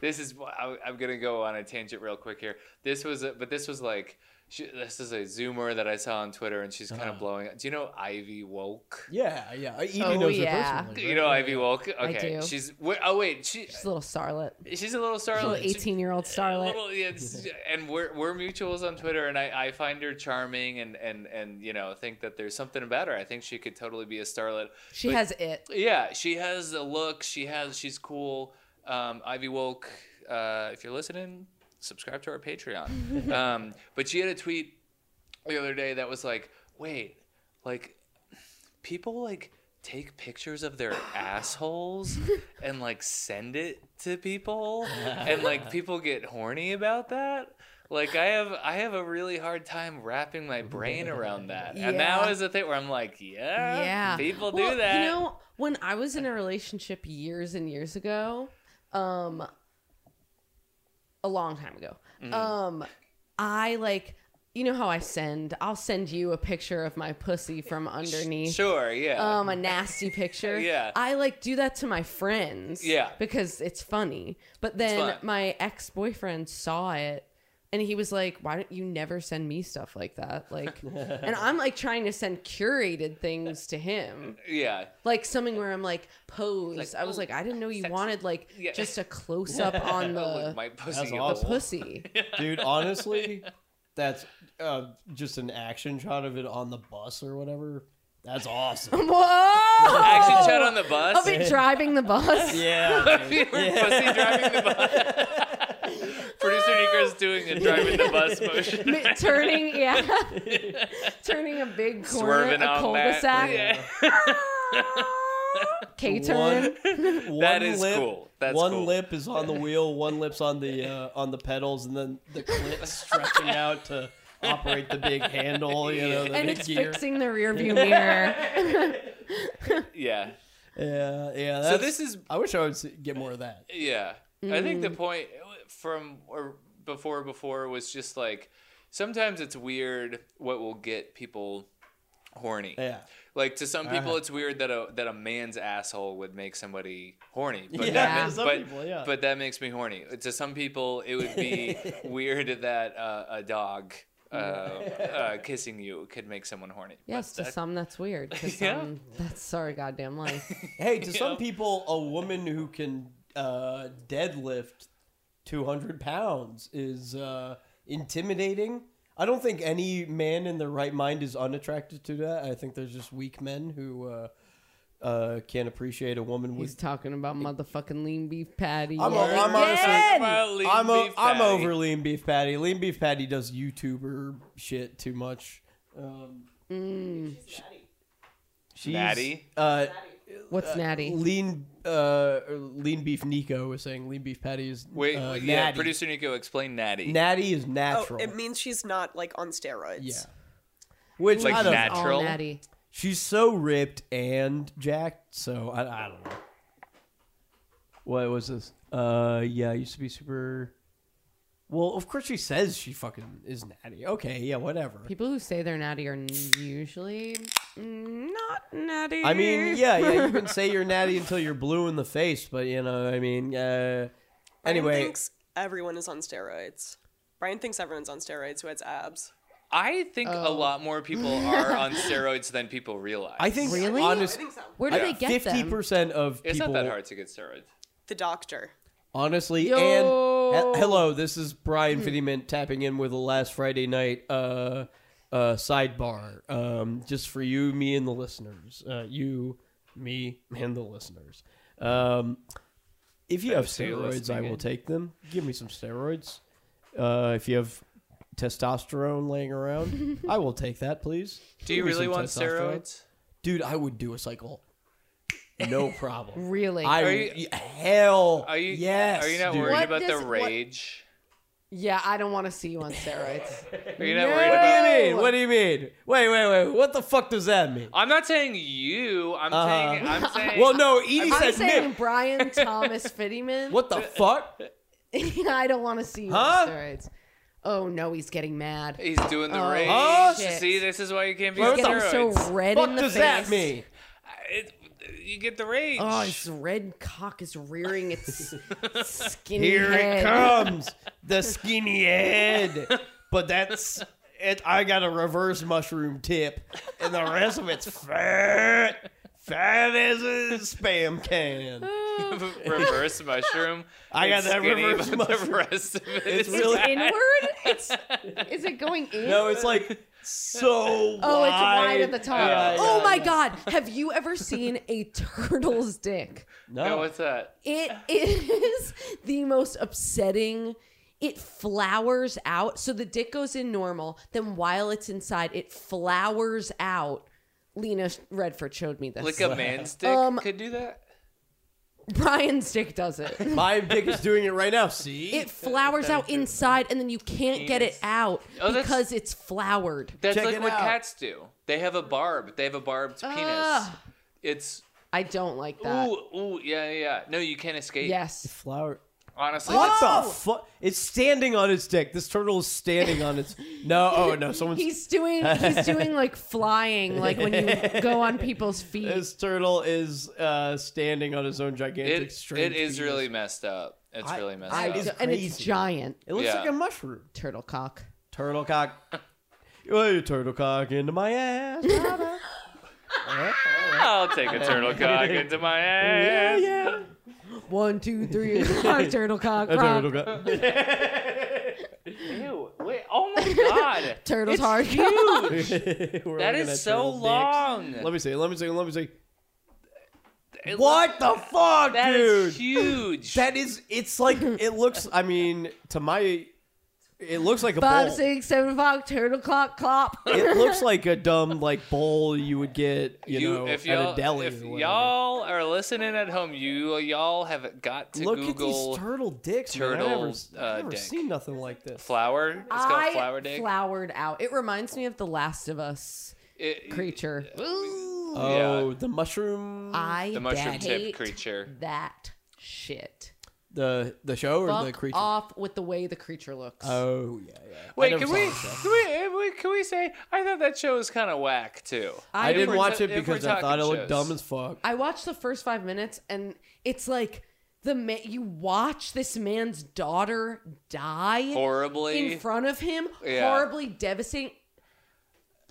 this is I, I'm going to go on a tangent real quick here. This was a, but this was like she, this is a zoomer that I saw on Twitter and she's kind Ah. of blowing up. Do you know Ivy Woke? Yeah, yeah. Evie Oh, knows yeah. her personally. You know Ivy Woke? Okay. do. She's wh- oh wait, she (laughs) She's a little starlet. she's a little A starlet. little She- 18 year old starlet. Little- yeah, it's- and we're we're mutuals on Twitter, and I, I find her charming, and and and you know think that there's something about her. I think she could totally be a starlet. She But- has it. Yeah, she has a look. She has she's cool. Um, Ivy Wolk, uh, if you're listening, subscribe to our (laughs) Patreon. um, but she had a tweet the other day that was like, wait, like people like take pictures of (laughs) their assholes and like send it to (laughs) people and like people get horny about that like i have i have a really hard time wrapping my brain around that and that Yeah. was the thing where i'm like yeah Yeah. people Well, do that You know, when I was in a relationship years and years ago, um, a long time ago, Mm-hmm. um, I like, you know how I send, I'll send you a picture of my pussy from underneath. Sure, yeah. um a nasty (laughs) picture. Yeah. I like do that to my friends. Yeah. Because it's funny. But then fun. my ex boyfriend saw it and he was like, Why don't you never send me stuff like that? (laughs) Like and I'm like trying to send curated things to him. yeah. Like something where I'm like pose. I was ooh, like, I didn't know you oh, sexy. wanted like Yeah. just (laughs) a close up on Oh, look, the my pussy. That's in the the awesome. wall. uh, pussy. (laughs) Dude, honestly, that's uh, just an action shot of it on the bus or whatever. That's awesome. Whoa! Action shot on the Oh. (laughs) I'll bus. (laughs) be driving the (laughs) bus. yeah. You were pussy driving the bus. (laughs) Producer Nico's doing a driving the bus motion. Mi- turning, (laughs) yeah, turning a big corner, Swerving a on cul-de-sac, that. (laughs) K turn. (laughs) One, one That is lip, cool. That's one cool. lip is on the wheel, one lip's on the uh, on the pedals, and then the (laughs) clit stretching out to operate the big handle. You know, the And big it's gear. fixing the rearview mirror. Yeah. yeah, yeah. So That's, this is I wish I would see, get more of that. Mm. uh, Yeah. I think the point from or before before was just like sometimes it's weird what will get people horny. Yeah. Like to some people, Uh-huh. it's weird that a that a man's asshole would make somebody horny. But Yeah, that to ma- some but, people, yeah. but that makes me horny. To some people, it would (laughs) be weird that uh, a dog uh, uh, kissing you could make someone horny. But Yes, to that- some that's weird. To Yeah. some, that's sorry, goddamn life. Hey, (laughs) to Yeah. some people, a woman who can uh, deadlift 200 pounds is uh, intimidating. I don't think any man in their right mind is unattracted to that. I think there's just weak men who uh, uh, can't appreciate a woman He's with. talking about motherfucking lean beef patty. I'm, Yeah. I'm Talking honestly. about lean I'm, o- beef I'm patty. over lean beef patty. Lean beef patty does YouTuber shit too much. Um, she's Natty? Uh, What's natty? Lean, uh, lean beef. Nico was saying lean beef patty is Wait, uh, yeah, natty. producer Nico, explain natty. natty is Oh, natural. it means she's not like on steroids. yeah, which Like I don't know. nat- natural? All natty. she's so ripped and jacked. So I, I don't know. What was this? Uh, yeah, I used to be super. Well, of course she says she fucking is natty. Okay, yeah, whatever. People who say they're natty are usually not natty. I mean, yeah, yeah, you can say you're natty until you're blue in the face, but you know, I mean, uh, Brian anyway, thinks everyone is on steroids. Brian thinks everyone's on steroids who has abs. I think a lot more people (laughs) are on steroids than people realize. Oh. I think Really? honest, Where do they get fifty them? percent of people. it's not that hard to get steroids. The doctor. Honestly, Yo. Hmm. and he- hello, this is Brian Finneyman tapping in with a last Friday night uh, uh, sidebar, um, just for you, me, and the listeners. Uh, you, me, and the listeners. Um, if you have say steroids, I listening will in. take them. Give me some steroids. Uh, if you have testosterone laying (laughs) around, I will take that, please. Do you Give me really some want testosterone. steroids? dude? I would do a cycle, (laughs) no problem. Really? I Are you- y- hell Are you yes. Are you not dude. worried What about does- the what- rage? yeah, I don't want to see you on steroids. Are you not No. worried What about? do you mean? What do you mean? Wait, wait, wait. What the fuck does that mean? I'm not saying you. I'm saying. (laughs) I'm saying. Uh-huh. Well, no, Edie I'm said saying nip. (laughs) Brian Thomas Fittyman. (laughs) What the fuck? I don't want to see you Huh? on steroids. Oh no, he's getting mad. He's doing Oh, the rage. Huh? shit. See, this is why you can't be Well, on He's What the getting so steroids. red Fuck in the does face. that mean? It, you get the rage. Oh, his red cock is (laughs) rearing its skinny Here head. it (laughs) comes, (laughs) the skinny head. But that's it. I got a reverse mushroom tip, and the rest of it's fat, fat as a spam can. (laughs) reverse mushroom. I got It's that skinny, reverse but mushroom. The rest of it It's is really- fat. Inward? (laughs) It's, is it going in? No, it's like so. Oh, it's wide at the top. Yeah, oh yeah, my yeah. god. Have you ever seen a (laughs) turtle's dick? No, what's that? It (laughs) is the most upsetting. It flowers out. So the dick goes in normal. Then while it's inside, it flowers out. Lena Redford showed me this. Like a man's dick Um, could do that. Brian's dick does it. My dick is doing it (laughs) right now. See, It flowers out inside, and then you can't get it out Oh, that's- because it's flowered. That's Check like it what out. cats do. They have a barb. They have a barbed penis. Ah. Ugh. It's I don't like that. ooh ooh yeah yeah. yeah. No, you can't escape. Yes. flower. Honestly, What Oh! the fuck? It's standing on its dick. This turtle is standing on its. No, oh no, someone's. He's doing he's doing like flying, like when (laughs) you go on people's feet. This turtle is uh, standing on his own it, gigantic. it strange is penis. really messed up. It's I- really messed I up. is don't- and it's crazy. giant It looks Yeah. like a mushroom. turtle cock. Turtle cock. (laughs) Oh, you turtle cock into my ass. I'll take a turtle (laughs) cock into my yeah, (laughs) ass. (laughs) yeah. One, two, (laughs) three, five, turtle cock. A rock. turtle cock. Ew, wait, oh my god. (laughs) Turtle's hard. (laughs) (laughs) We're that looking at is so turtle dicks. long. Let me see. Let me see. Let me see. It What the fuck, That dude? is huge. That is. It's like it looks. I mean, to my, it looks like a Five, bowl. six, seven o'clock. Turtle cock, clop. It looks like a dumb like bowl you would get, you, know, if at y'all, a deli. if or whatever. y'all are listening at home, you y'all have got to look at Google these turtle dicks. man. I've turtle, never, I've uh, never dick. seen nothing like this. flower. It's called flower I dick. flowered out. It reminds me of The Last of Us It- creature. Oh, the mushroom. I the mushroom hate tip creature. that shit. the the show or the Fuck creature? off with the way the creature looks. Oh yeah, yeah. I Wait, never can saw we, that show. can we eh, we- can we say I thought that show was kind of whack too. I If didn't we're watch ta- it if we're because I thought it talking looked shows. dumb (laughs) as fuck. I watched the first five minutes, and it's like the man. You watch this man's daughter die horribly. in front of him, Yeah. horribly devastating.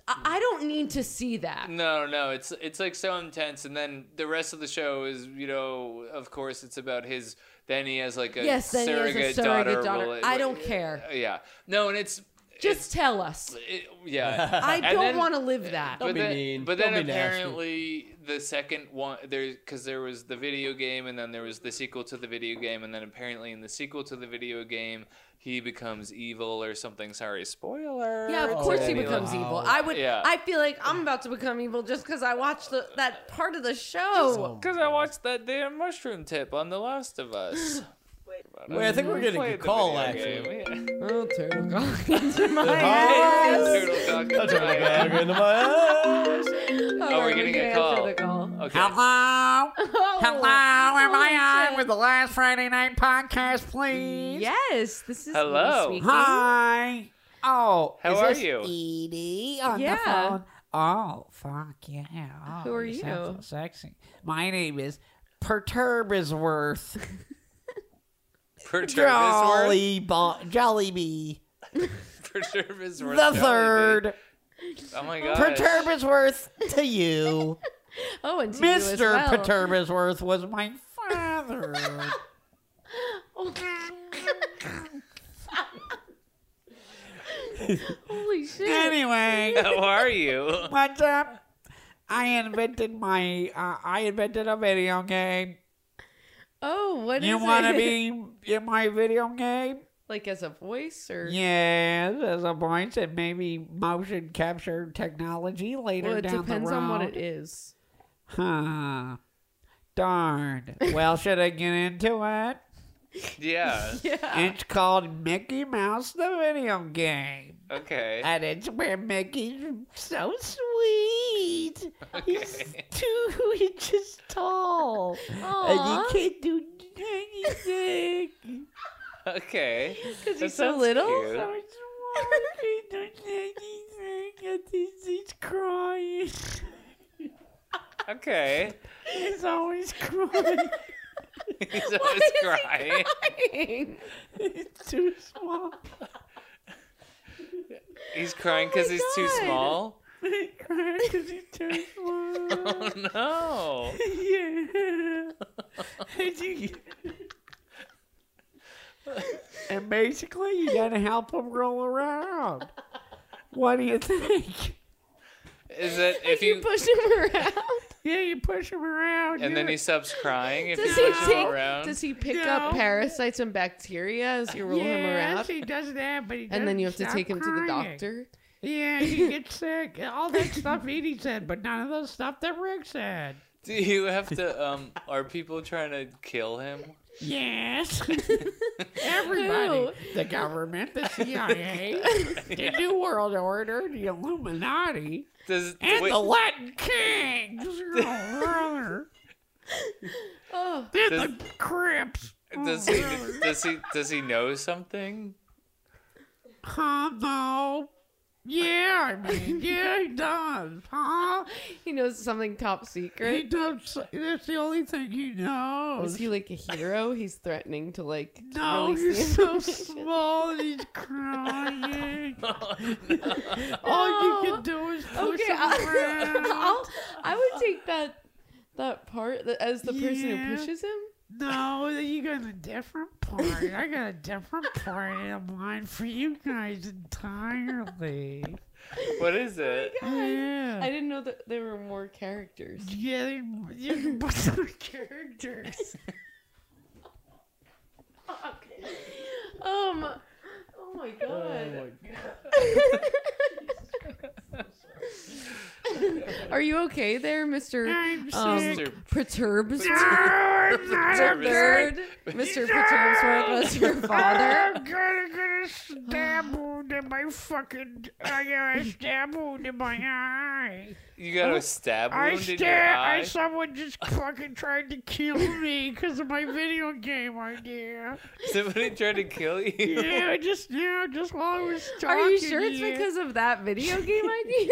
I, I don't need to see that. No, no, it's it's like so intense, and then the rest of the show is, you know, of course, it's about his. Then he has like a Yes, then he has a surrogate, surrogate daughter. daughter. rela- I don't care. Yeah, no, and it's Just tell us. it's- it- (laughs) yeah. I And don't then- want to live that. Don't but be then, mean. But Don't then be nasty. apparently the second one there because there was the video game and then there was the sequel to the video game and then apparently in the sequel to the video game he becomes evil or something. Sorry, spoiler. Yeah, Oh, of course he Anyway. becomes wow. evil. I would. Yeah. I feel like I'm about to become evil just because I watched the, that part of the show. Because I watched that damn mushroom tip on The Last of (gasps) Us. But Wait, I think we're getting a played the call, video actually. game, Oh, terrible. (laughs) (laughs) yeah. Oh, Turtle dog I turned (laughs) my time. back into (laughs) my eyes. Oh, we're getting a call. Okay. Hello? Oh, Hello? Am I on shit. with the last Friday night podcast, please? Yes, this is Hello. Me speaking. Hi. Oh, How is are this you? Edie on Yeah. the phone. Oh, fuck yeah. Oh, Who are sound you? so sexy. My name is Perturbisworth. Perturbisworth. Jolly bo- Jollybee. Perturbisworth. The Jollibee. third. Oh my god. Perturbisworth to you. Oh, and to you as Mr. well. (laughs) Perturbisworth was my father. Oh, (laughs) (laughs) Holy shit! (laughs) anyway. (laughs) How are you? What's up? I invented my. Uh, I invented a video game. Oh, what is You want to it? be in my video game? (laughs) like as a voice or Yes, as a voice and maybe motion capture technology later Well, it down depends the road. on what it is. Huh. (laughs) Darn. Well, should I get into it? Yeah. Ah. It's called Mickey Mouse the Video Game. Okay. And it's where Mickey's so (laughs) sweet. He's two (laughs) inches tall. Aww, (laughs) And you can't do anything. Okay. Because he's so little? so it's wrong. He can't do anything. And he's, he's crying. (laughs) Okay. He's always crying. (laughs) He's always crying. He's too small. He's crying Oh because he's too small. (laughs) He cries because he's too small. Oh no. yeah. and, you, and basically, you gotta help him roll around. What do you think? Is it if you (laughs) push him around. Yeah, you push him around. and then yeah. he stops crying if Does you he push him take? around? Does he pick up No. parasites and bacteria as you roll him Yes, around? he does that, but he And then doesn't you have to stop take him to the crying. doctor. (laughs) Yeah, he gets sick. All that stuff Edie said, but none of the stuff that Rick said. Do you have to? Um, are people trying to kill him? Yes. (laughs) Everybody. The government, the CIA, the New World Order, the Illuminati, Does and wait, the Latin Kings. Oh, brother. Oh. Then the Crips. does he does he does he know something? Huh, no. Yeah, I mean, yeah, he does. Huh? He knows something top He secret. does. That's the only thing he knows. Is he like a hero? He's threatening to like No, release he's the so information. small and he's (laughs) crying. All you can do is push Oh, Okay, (laughs) him around. I'll, I would take that that part that- as the person Yeah. who pushes him. No, you got a different part. I got a different part in mind for you guys entirely. What is it? (laughs) I Oh, Yeah. didn't know that there were more (laughs) characters. Yeah, they- you (laughs) what's the characters? Um. Oh my god. (laughs) Are you okay there, Mister I'm Um, sick. Perturbs? (laughs) (laughs) I'm not a (laughs) Perturbed? Mister Perturbsworth was your father. (sighs) I'm gonna, gonna stab wound in my fucking. I got a stab wound in my eye. You got a stab I wound in your stab. I eye. someone just fucking tried to kill me because of my video game (laughs) idea. (laughs) Somebody tried to kill you. Yeah, just now, just while I was talking. Are you sure to it's because of that video (laughs) game idea?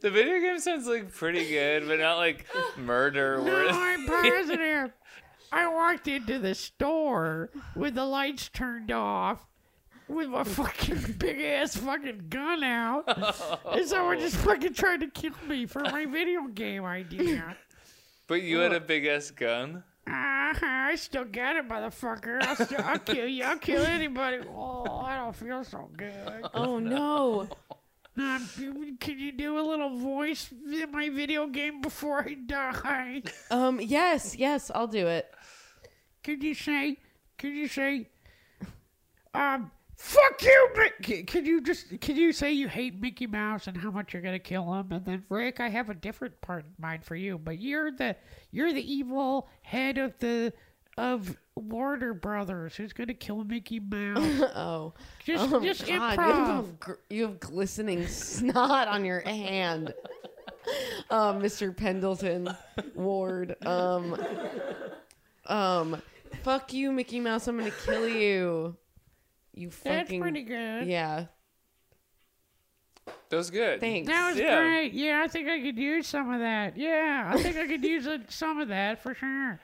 The video game sounds like pretty good, but not like murder No, worthy. I'm positive. I walked into the store with the lights turned off, with my fucking (laughs) big ass fucking gun out, and someone just fucking tried to kill me for my video game idea. But you had a big ass gun. Uh-huh, I still got it, motherfucker. I'll, still, I'll kill you. I'll kill anybody. Oh, I don't feel so good. oh no. Um, can you do a little voice in my video game before I die? Um yes, yes, I'll do it. Could you say? Could you say? Um, fuck you, Mickey. Could you just? Could you say you hate Mickey Mouse and how much you're gonna kill him? And then Rick, I have a different part in mind for you, but you're the you're the evil head of the of Warner Brothers who's gonna kill Mickey Mouse. (laughs) Oh. Just Oh, just God, you improv. (laughs) have, gr- you have glistening snot on your hand, uh, Mr. Pendleton Ward. Um, um, fuck you, Mickey Mouse. I'm gonna kill you. You That's fucking pretty good. yeah. That was good. Thanks. That was Yeah. great. Yeah, I think I could use some of that. Yeah, I think I could use a, some of that for sure.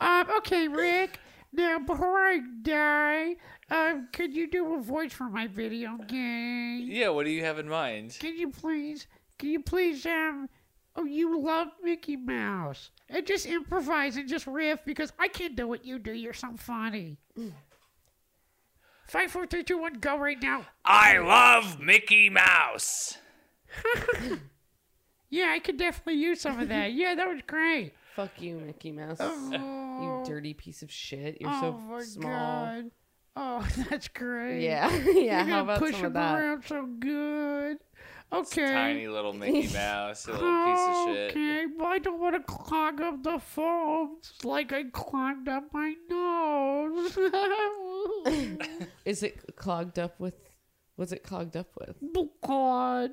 Um, okay, Rick. Now, before I die, um, could you do a voice for my video game? Yeah, what do you have in mind? Can you please? Can you please? Um, oh, you love Mickey Mouse. And just improvise and just riff because I can't do what you do. You're so funny. Five, four, three, two, one, go right now. I love Mickey Mouse. (laughs) Yeah, I could definitely use some of that. Yeah, that was great. Fuck you, Mickey Mouse. Oh. You dirty piece of shit. (laughs) You're oh my so small. god! Oh, (laughs) that's great. Yeah, (laughs) You're yeah. How gonna about push some him of that? around so good. Okay. Tiny little (laughs) Mickey Mouse, a little piece Oh, of shit. Okay, well, I don't want to clog up the phones like I clogged up my nose. Is it clogged up with? What's it clogged up (laughs) with? Oh, God.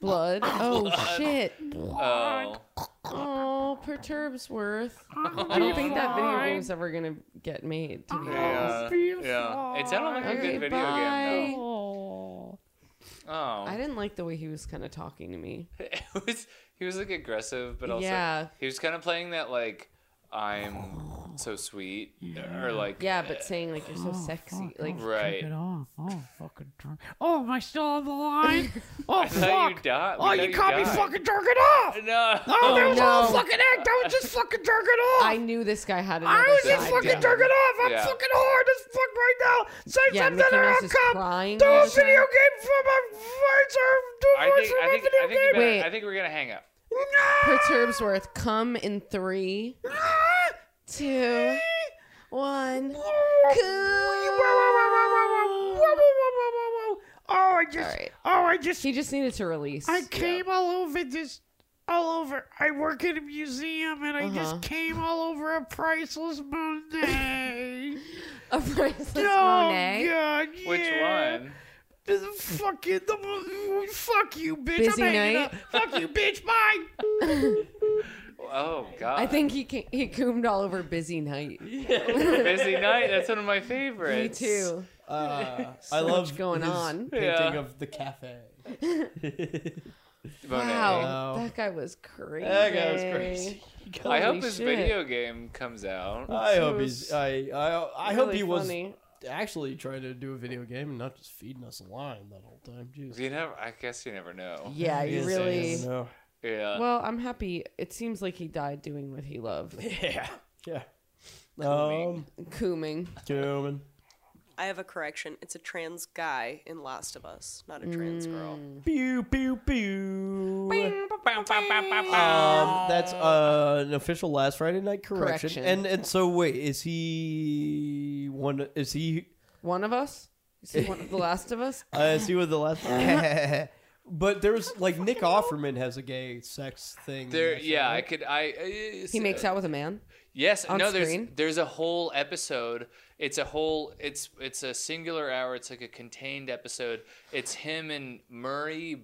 Blood. Oh shit. Oh, Oh, perturbs worth. I I don't think that video game's ever gonna get made. To be honest. yeah, yeah. It sounded like a Okay, good video game bye. though. Oh. Oh, I didn't like the way he was kind of talking to me. (laughs) it was he was like aggressive, but also Yeah. he was kind of playing that like I'm so sweet or like Yeah, but saying like you're so sexy, like Take it right. off. Oh, fucking drunk. Oh, am I still on the line? Oh, (laughs) I thought you fuck. died. Oh, We you thought caught me died. fucking jerking off. No. (laughs) Oh, that was all no. fucking act. I was just fucking jerking off. I knew this guy had another I was side. just fucking yeah. jerking off. I'm Yeah. fucking hard as fuck right now. Say yeah, something Mickey or Mouse I'll is come. crying. Do all a the video time. game for my voice or do a (laughs) I voice think for I my think I think, video you game. better, Wait. I think we're gonna hang up. Perturbsworth, come in three, two, one. Oh, I just, right. oh, I just, He just needed to release. I came all over this, all over. I work at a museum and I Uh-huh. just came all over a priceless Monet. A (laughs) priceless oh, Monet. God, Which yeah. one? The fucking the fuck you, bitch. Busy I'm hanging night? up. Fuck you, bitch. Bye. Oh God. I think he ca- he coomed all over Busy Night. (laughs) Busy Night. That's one of my favorites. Me too. Uh, I love going his on. painting Yeah. of the cafe. Monet. Wow, Wow. that guy was crazy. That guy was (laughs) crazy. I hope Holy this shit. video game comes out. I hope was he's. I I, I hope really he was funny. actually trying to do a video game and not just feeding us a line that whole time. Jeez. You never. I guess you never know. Yeah, you really. No. Yeah. Well, I'm happy. It seems like he died doing what he loved, (laughs) (laughs) Yeah. Yeah. Um, Cooming. cooming. Cooming. I have a correction. It's a trans guy in Last of Us, not a Mm. trans girl. Pew pew pew. Um, that's uh, an official last Friday night correction. Correction. And and so wait, is he one? Is he? One of us. Is he one of the last (laughs) of us? Uh, is he with the (laughs) last? but there's like Nick Offerman has a gay sex thing. There. I saw. Yeah. I could. I. Uh, He makes out with a man. Yes, on no. screen? There's there's a whole episode. It's a whole. It's it's a singular hour. It's like a contained episode. It's him and Murray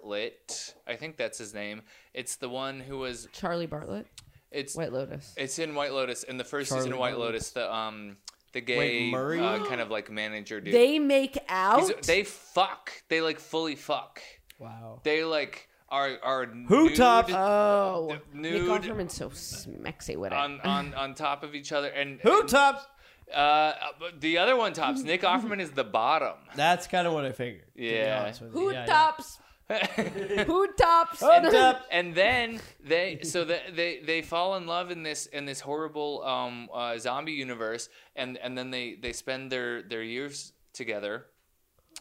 Bartlett. I think that's his name. It's the one who was. Charlie Bartlett, It's White Lotus. it's in White Lotus. In the first season of Charlie White Murray. Lotus, the um the gay Murray? uh, kind of like manager dude. They make out. He's- they fuck. They like fully fuck. Wow. They like are are Who nude top? oh, Nick nude Offerman's so smexy with it. on, on on top of each other and Who and, tops? uh, but the other one tops. (laughs) Nick Offerman is the bottom. That's kind of what I figured. to be Yeah. honest with you. Who Yeah, yeah. tops? (laughs) Who tops? Who (laughs) tops? (laughs) And then they so the, they they fall in love in this in this horrible um, uh, zombie universe, and and then they they spend their their years together,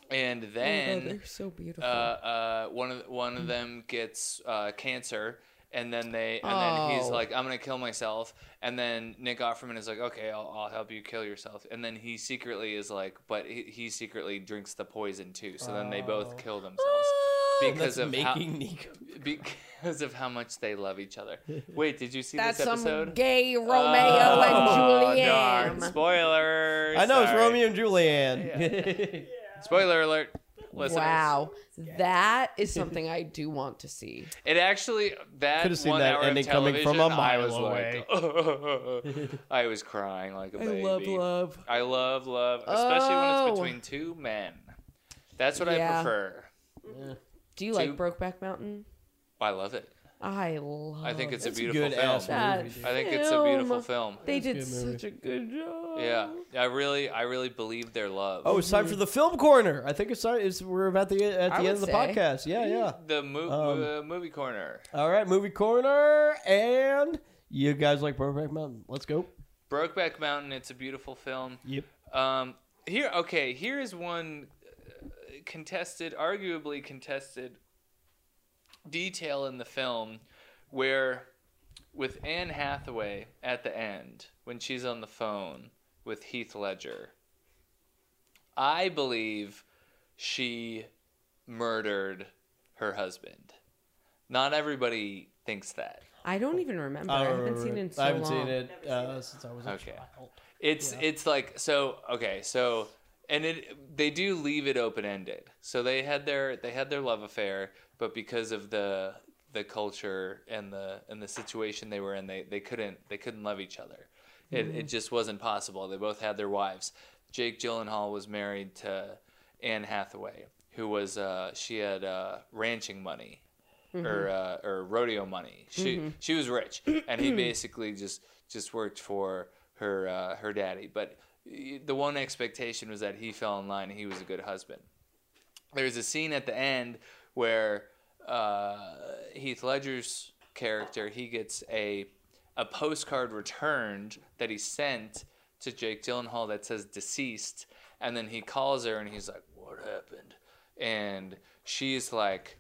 and Oh then they're so beautiful. uh, uh, one of one of them gets uh, cancer, and then they and then he's Oh. like, "I'm gonna kill myself," and then Nick Offerman is like, "Okay, I'll, I'll help you kill yourself," and then he secretly is like, but he, he secretly drinks the poison too, so then they Oh. both kill themselves because That's of making how, Nico. (laughs) because of how much they love each (laughs) other. Wait, did you see That's this some episode? gay Romeo Oh, and darn. Juliet. Spoilers. I know it's Sorry. Romeo and (laughs) Julianne. Spoiler alert. Listeners. Wow, that (laughs) is something I do want to see. It actually that Could've seen one that hour ending of coming television, from a I mile was like, (laughs) I was crying like a baby. love. I love love, especially when Oh. it's between two men. That's what I Yeah. prefer. Do you Two- like Brokeback Mountain? I love it. I love. I think it's a It's a beautiful good film. ass that movie, dude. I think it's a beautiful film. film. They That's a did good movie. such a good job. Yeah, I really, I really believe their love. Oh, it's time for the film corner. I think it's, time- it's we're about the at the I end would of the say. podcast. Yeah, yeah. the mo- Um, uh, movie corner, All right, movie corner, and you guys like Brokeback Mountain? Let's go. Brokeback Mountain. It's a beautiful film. Yep. Um, here, okay, here is one uh, contested, arguably contested detail in the film where, with Anne Hathaway at the end, when she's on the phone with Heath Ledger, I believe she murdered her husband. Not everybody thinks that. I don't even remember. I haven't seen it in so I haven't long. seen it uh, since I was a Okay. child. It's it's like so okay so and it they do leave it open ended. So they had their they had their love affair, but because of the the culture and the and the situation they were in, they they couldn't they couldn't love each other. It it just wasn't possible. They both had their wives. Jake Gyllenhaal was married to Anne Hathaway, who was uh, she had uh, ranching money or uh, or rodeo money. She she was rich, and he basically just just worked for her uh, her daddy. But y- the one expectation was that he fell in line. and He was a good husband. There's a scene at the end where uh, Heath Ledger's character he gets a a postcard returned that he sent to Jake Gyllenhaal that says deceased, and then he calls her and he's like, "What happened?" And she's like,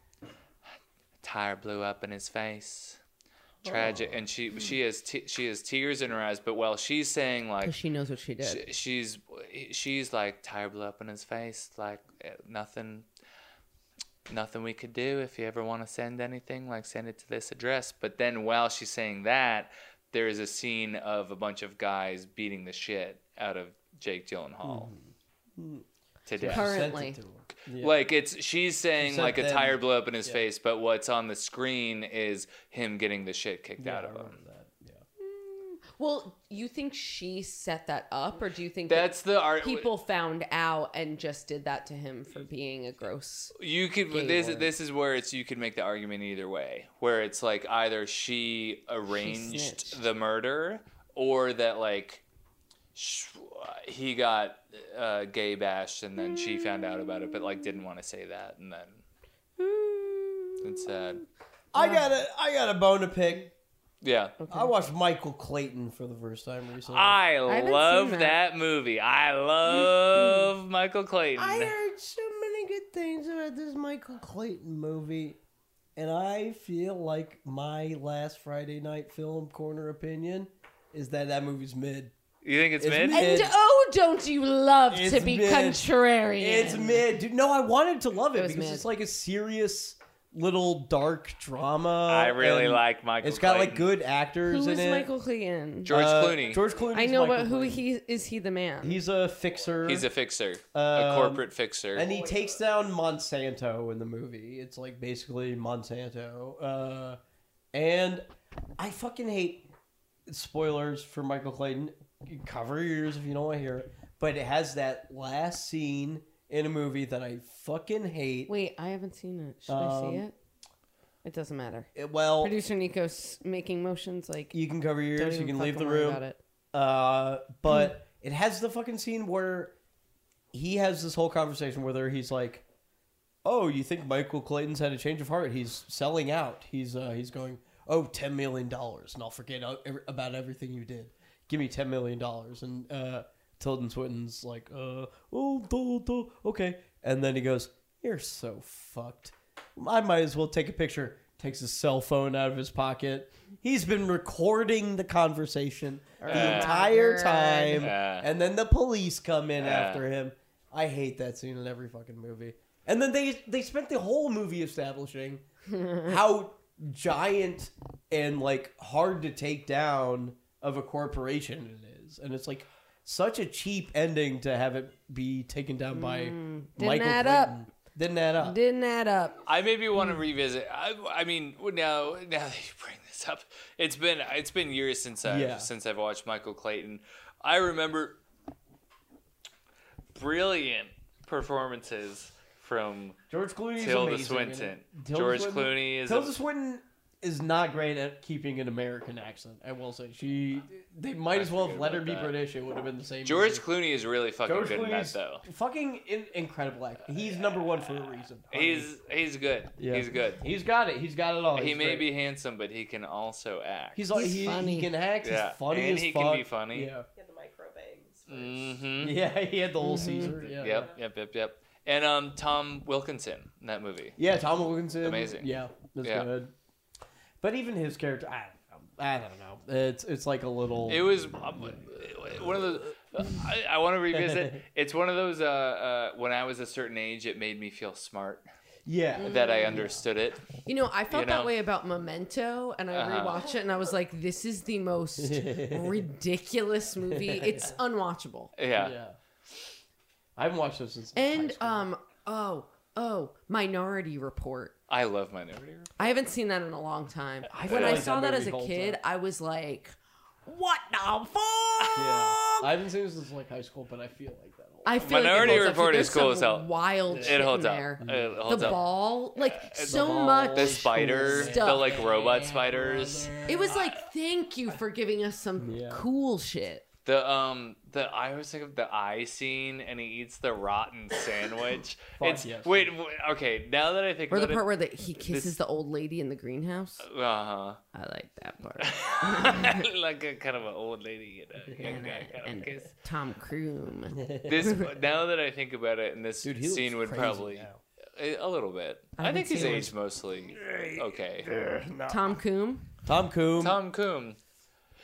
tire blew up in his face. Tragic, and she she has t- she has tears in her eyes. But while she's saying like Because she knows what she sh- did. she's she's like tire blew up in his face, like eh, nothing nothing we could do. If you ever want to send anything, like send it to this address. But then while she's saying that, there is a scene of a bunch of guys beating the shit out of Jake Gyllenhaal to death. Currently, Like it's she's saying Except like a then- tire blew up in his face, but what's on the screen is him getting the shit kicked out of him. well, you think she set that up, or do you think that That's the art. people found out and just did that to him for being a gross? you could gay this or- this is where it's you could make the argument either way, where it's like either she arranged snitched. the murder or that like sh- he got uh, gay bashed and then she found out about it, but like didn't want to say that, and then it's sad. I got a I got a bone to pick. Yeah. I watched Michael Clayton for the first time recently. I, haven't love that. seen that. movie. I love Michael Clayton. I heard so many good things about this Michael Clayton movie, and I feel like my last Friday night film corner opinion is that that movie's mid. (laughs) you think it's, It's mid? mid. And oh, don't you love to It's be mid. contrarian? It's mid, dude. No, I wanted to love it, was because mid. it's like a serious little dark drama. I really and like Michael It's got like Clayton. good actors Who in is it. Michael Clayton? George Uh, Clooney. George Clooney. I know, but who he is? He the man. He's a fixer. He's a fixer, a Um, corporate fixer. and he takes down Monsanto in the movie. It's like basically Monsanto. Uh, and I fucking hate spoilers for Michael Clayton. Cover your ears if you don't want to hear it. But it has that last scene in a movie that I fucking hate. Wait, I haven't seen it. Should I Um, see it? It doesn't matter. It- well, Producer Nico's making motions like you can cover your don't ears. You even can leave the fucking worry room. about it. Hmm. Uh, but it has the fucking scene where he has this whole conversation with her. He's like, "Oh, you think Michael Clayton's had a change of heart? He's selling out. He's uh, he's going, oh, ten million dollars, and I'll forget o- ev- about everything you did. Give me ten million dollars." And uh, Tilden Swinton's like, "Uh, oh, duh, duh, okay," and then he goes, "You're so fucked. I might as well take a picture." Takes his cell phone out of his pocket. He's been recording the conversation the entire time, Yeah. and then the police come in Yeah. after him. I hate that scene in every fucking movie. And then they they spent the whole movie establishing how giant and like hard to take down of a corporation it is, and it's like such a cheap ending to have it be taken down by Michael add up. Clayton. Didn't add up. Didn't add up. I maybe want to Hmm. revisit. I, I mean, now now that you bring this up, it's been it's been years since I Yeah. have since I've watched Michael Clayton. I remember brilliant performances from George Clooney. Tilda Swinton. George Clooney is Tilda a- Swinton is not great at keeping an American accent. I will say she. They might as well have forget let her about be that. British. It would have been the same. George movie. Clooney is really fucking Mm-hmm. George good Clooney's in that though. fucking in- incredible actor. He's number one for a reason. He's he's good. Yeah. He's good. he's got it. He's got it all. He He's may great. be handsome, but he can also act. He's, like he, he can act. Yeah. He's funny And as he can fuck. be funny. Yeah. (laughs) He had the micro Mm. bangs. hmm Yeah. He had the whole Caesar. Yeah. Yep. Yep. Yep. Yep. And um, Tom Wilkinson in that movie. Yeah. Tom Wilkinson. Amazing. Yeah. That's Yeah. good. But even his character, I don't know. I don't know. It's it's like a little. It was um, one of those. I, I want to (laughs) revisit. It's one of those. Uh, uh, when I was a certain age, it made me feel smart yeah. that Mm. I understood it. You know, I felt You know? that way about Memento, and I Uh-huh. rewatched it, and I was like, "This is (laughs) the most ridiculous movie. It's unwatchable." Yeah. Yeah. I haven't watched this since. high And school. um, oh, oh, Minority Report. I love Minority Report. I haven't seen that in a long time. I when feel I like saw that that, movie as a holds kid, up. I was like, "What the fuck?" Yeah. I haven't seen this since like high school, but I feel like that. whole- I feel Minority like it holds up, Report there's is cool some as hell. Wild shit It holds in up. there. It holds The up. ball, like so ball. much. The spider, the Stuff. like robot spiders. It was like, thank you for giving us some Yeah. cool shit. The um the I always think of the eye scene and he eats the (laughs) rotten sandwich. Fuck it's yes. wait, wait okay now that I think Or the about part where the, he kisses this- the old lady in the greenhouse. it, uh I like that part. huh (laughs) like a kind of an old lady (laughs) you know young guy kind and of kiss. Tom Cruise. This now that I think about it and this Dude, he looks scene would crazy probably now. a, a little bit. I, think he's aged mostly okay. (laughs) Tom Coom. Tom Coombe. Tom Coom.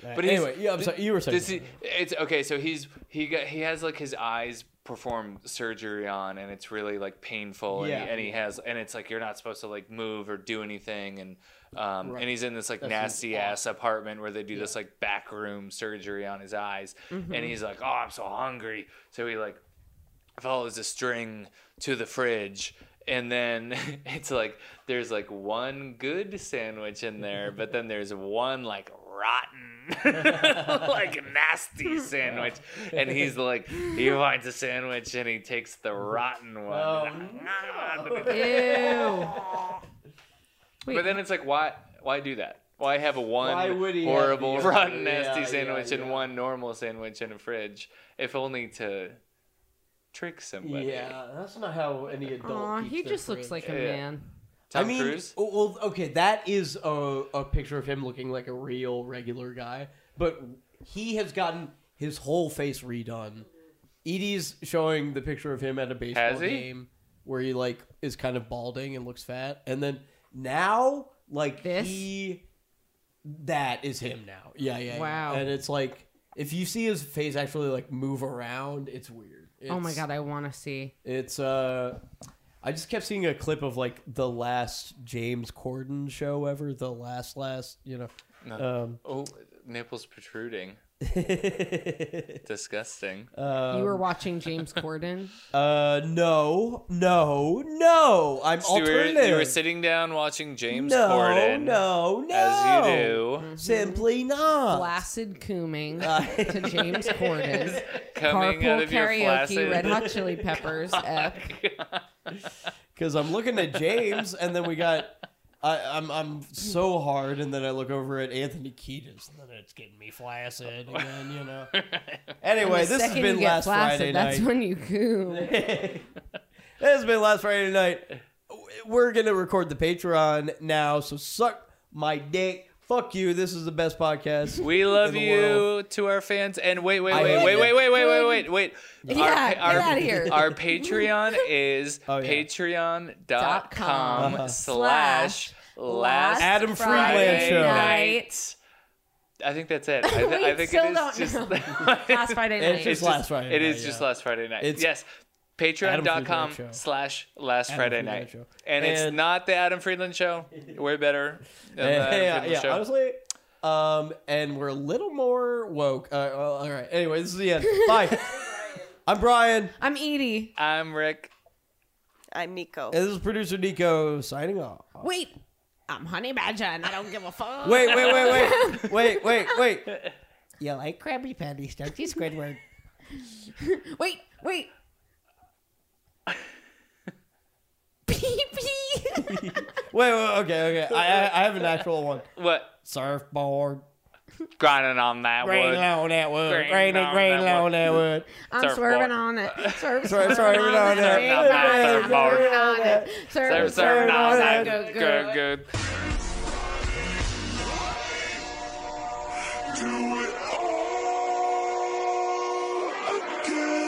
but he's- anyway, yeah, I'm sorry. You were saying. Does he, it's okay. So he's he got he has like his eyes performed surgery on, and it's really like painful. And, Yeah. he, and he has, and it's like you're not supposed to like move or do anything. And um, and he's in this like nasty ass apartment where they do this like back room surgery on his eyes, and he's like, oh, I'm so hungry. So he like follows a string to the fridge and then (laughs) it's like there's like one good sandwich in (laughs) there but then there's one like rotten (laughs) like nasty sandwich and he's like he finds a sandwich and he takes the rotten one (laughs) Oh, Ew. but then it's like why why do that why have a one Why would he have horrible the other- rotten nasty yeah, yeah, sandwich yeah. and one normal sandwich in a fridge if only to trick somebody Yeah, that's not how any adult. Aw, keeps he their just looks fridge. like a Yeah. man. Tom I mean, Cruise? oh, well, okay, that is a, a picture of him looking like a real regular guy, but he has gotten his whole face redone. Edie's showing the picture of him at a baseball Has he? game where he like is kind of balding and looks fat, and then now like This? he, that is him now. Yeah, yeah. yeah. Wow. And it's like if you see his face actually like move around, it's weird. Oh my It's- god, I want to see. it's uh I just kept seeing a clip of like the last James Corden show ever, the last last, you (laughs) know. Um, Oh, nipples protruding. Disgusting. you Um, were (laughs) watching James Corden. uh, no, no, no. I'm So you, were, alternative. you were sitting down watching James no, Corden. no, no. As you do. Simply not. Flaccid cooming Uh, (laughs) to James Corden. Coming out Carpool of your karaoke, flaccid. (laughs) Red Hot Chili Peppers. F. Because I'm looking at James, and then we got. I, I'm I'm so hard, and then I look over at Anthony Kiedis, and then it's getting me flaccid again, you (laughs) know. Anyway, this has Second been you get last flaccid, Friday That's night. when you coom. (laughs) This has been last Friday night. We're gonna record the Patreon now, so suck my dick. Fuck you. This is the best podcast. We love the you world. to our fans. And wait, wait, I wait, love wait, you. wait, wait, wait, wait, wait, wait. (laughs) Yeah, get outta here. Our Patreon is (laughs) Oh, yeah. patreon.com com Uh-huh. slash last Adam Friday Friedland show. night. I think that's (laughs) it. I, th- I We think still it is don't just know. (laughs) Last Friday It's night. just last Friday It night, is just yeah. last Friday night. It's yes. Adam Patreon.com Friedland Show. slash last Adam Friday Friedland night. Show. And, it's And- not the Adam Friedland show. We're better than the Adam yeah, Friedland yeah, show. honestly. Um, and we're a little more woke. Uh, well, all right. Anyway, this is the end. (laughs) Bye. I'm Brian, I'm Edie. I'm Rick. I'm Nico. and this is producer Nico signing off. Wait, I'm Honey Badger, and I don't give a fuck. Wait, wait, wait, wait, wait, wait, wait. You like Krabby Patties, don't you, Squidward? Wait, (laughs) wait. Pee pee. (laughs) Wait, wait, okay, okay. I, I, I have an actual one. What? Surfboard. Grinding on that Rain wood. on that wood. Green Rain, on rain that on that wood. I'm Surfboard. swerving on (laughs) it. Surf, Sorry, sorry, rain on that Rain on that wood. surfboard. Rain on that. Sir, surf, sir, Sir, no, no, no, good, no, go, good. good. Do it all again.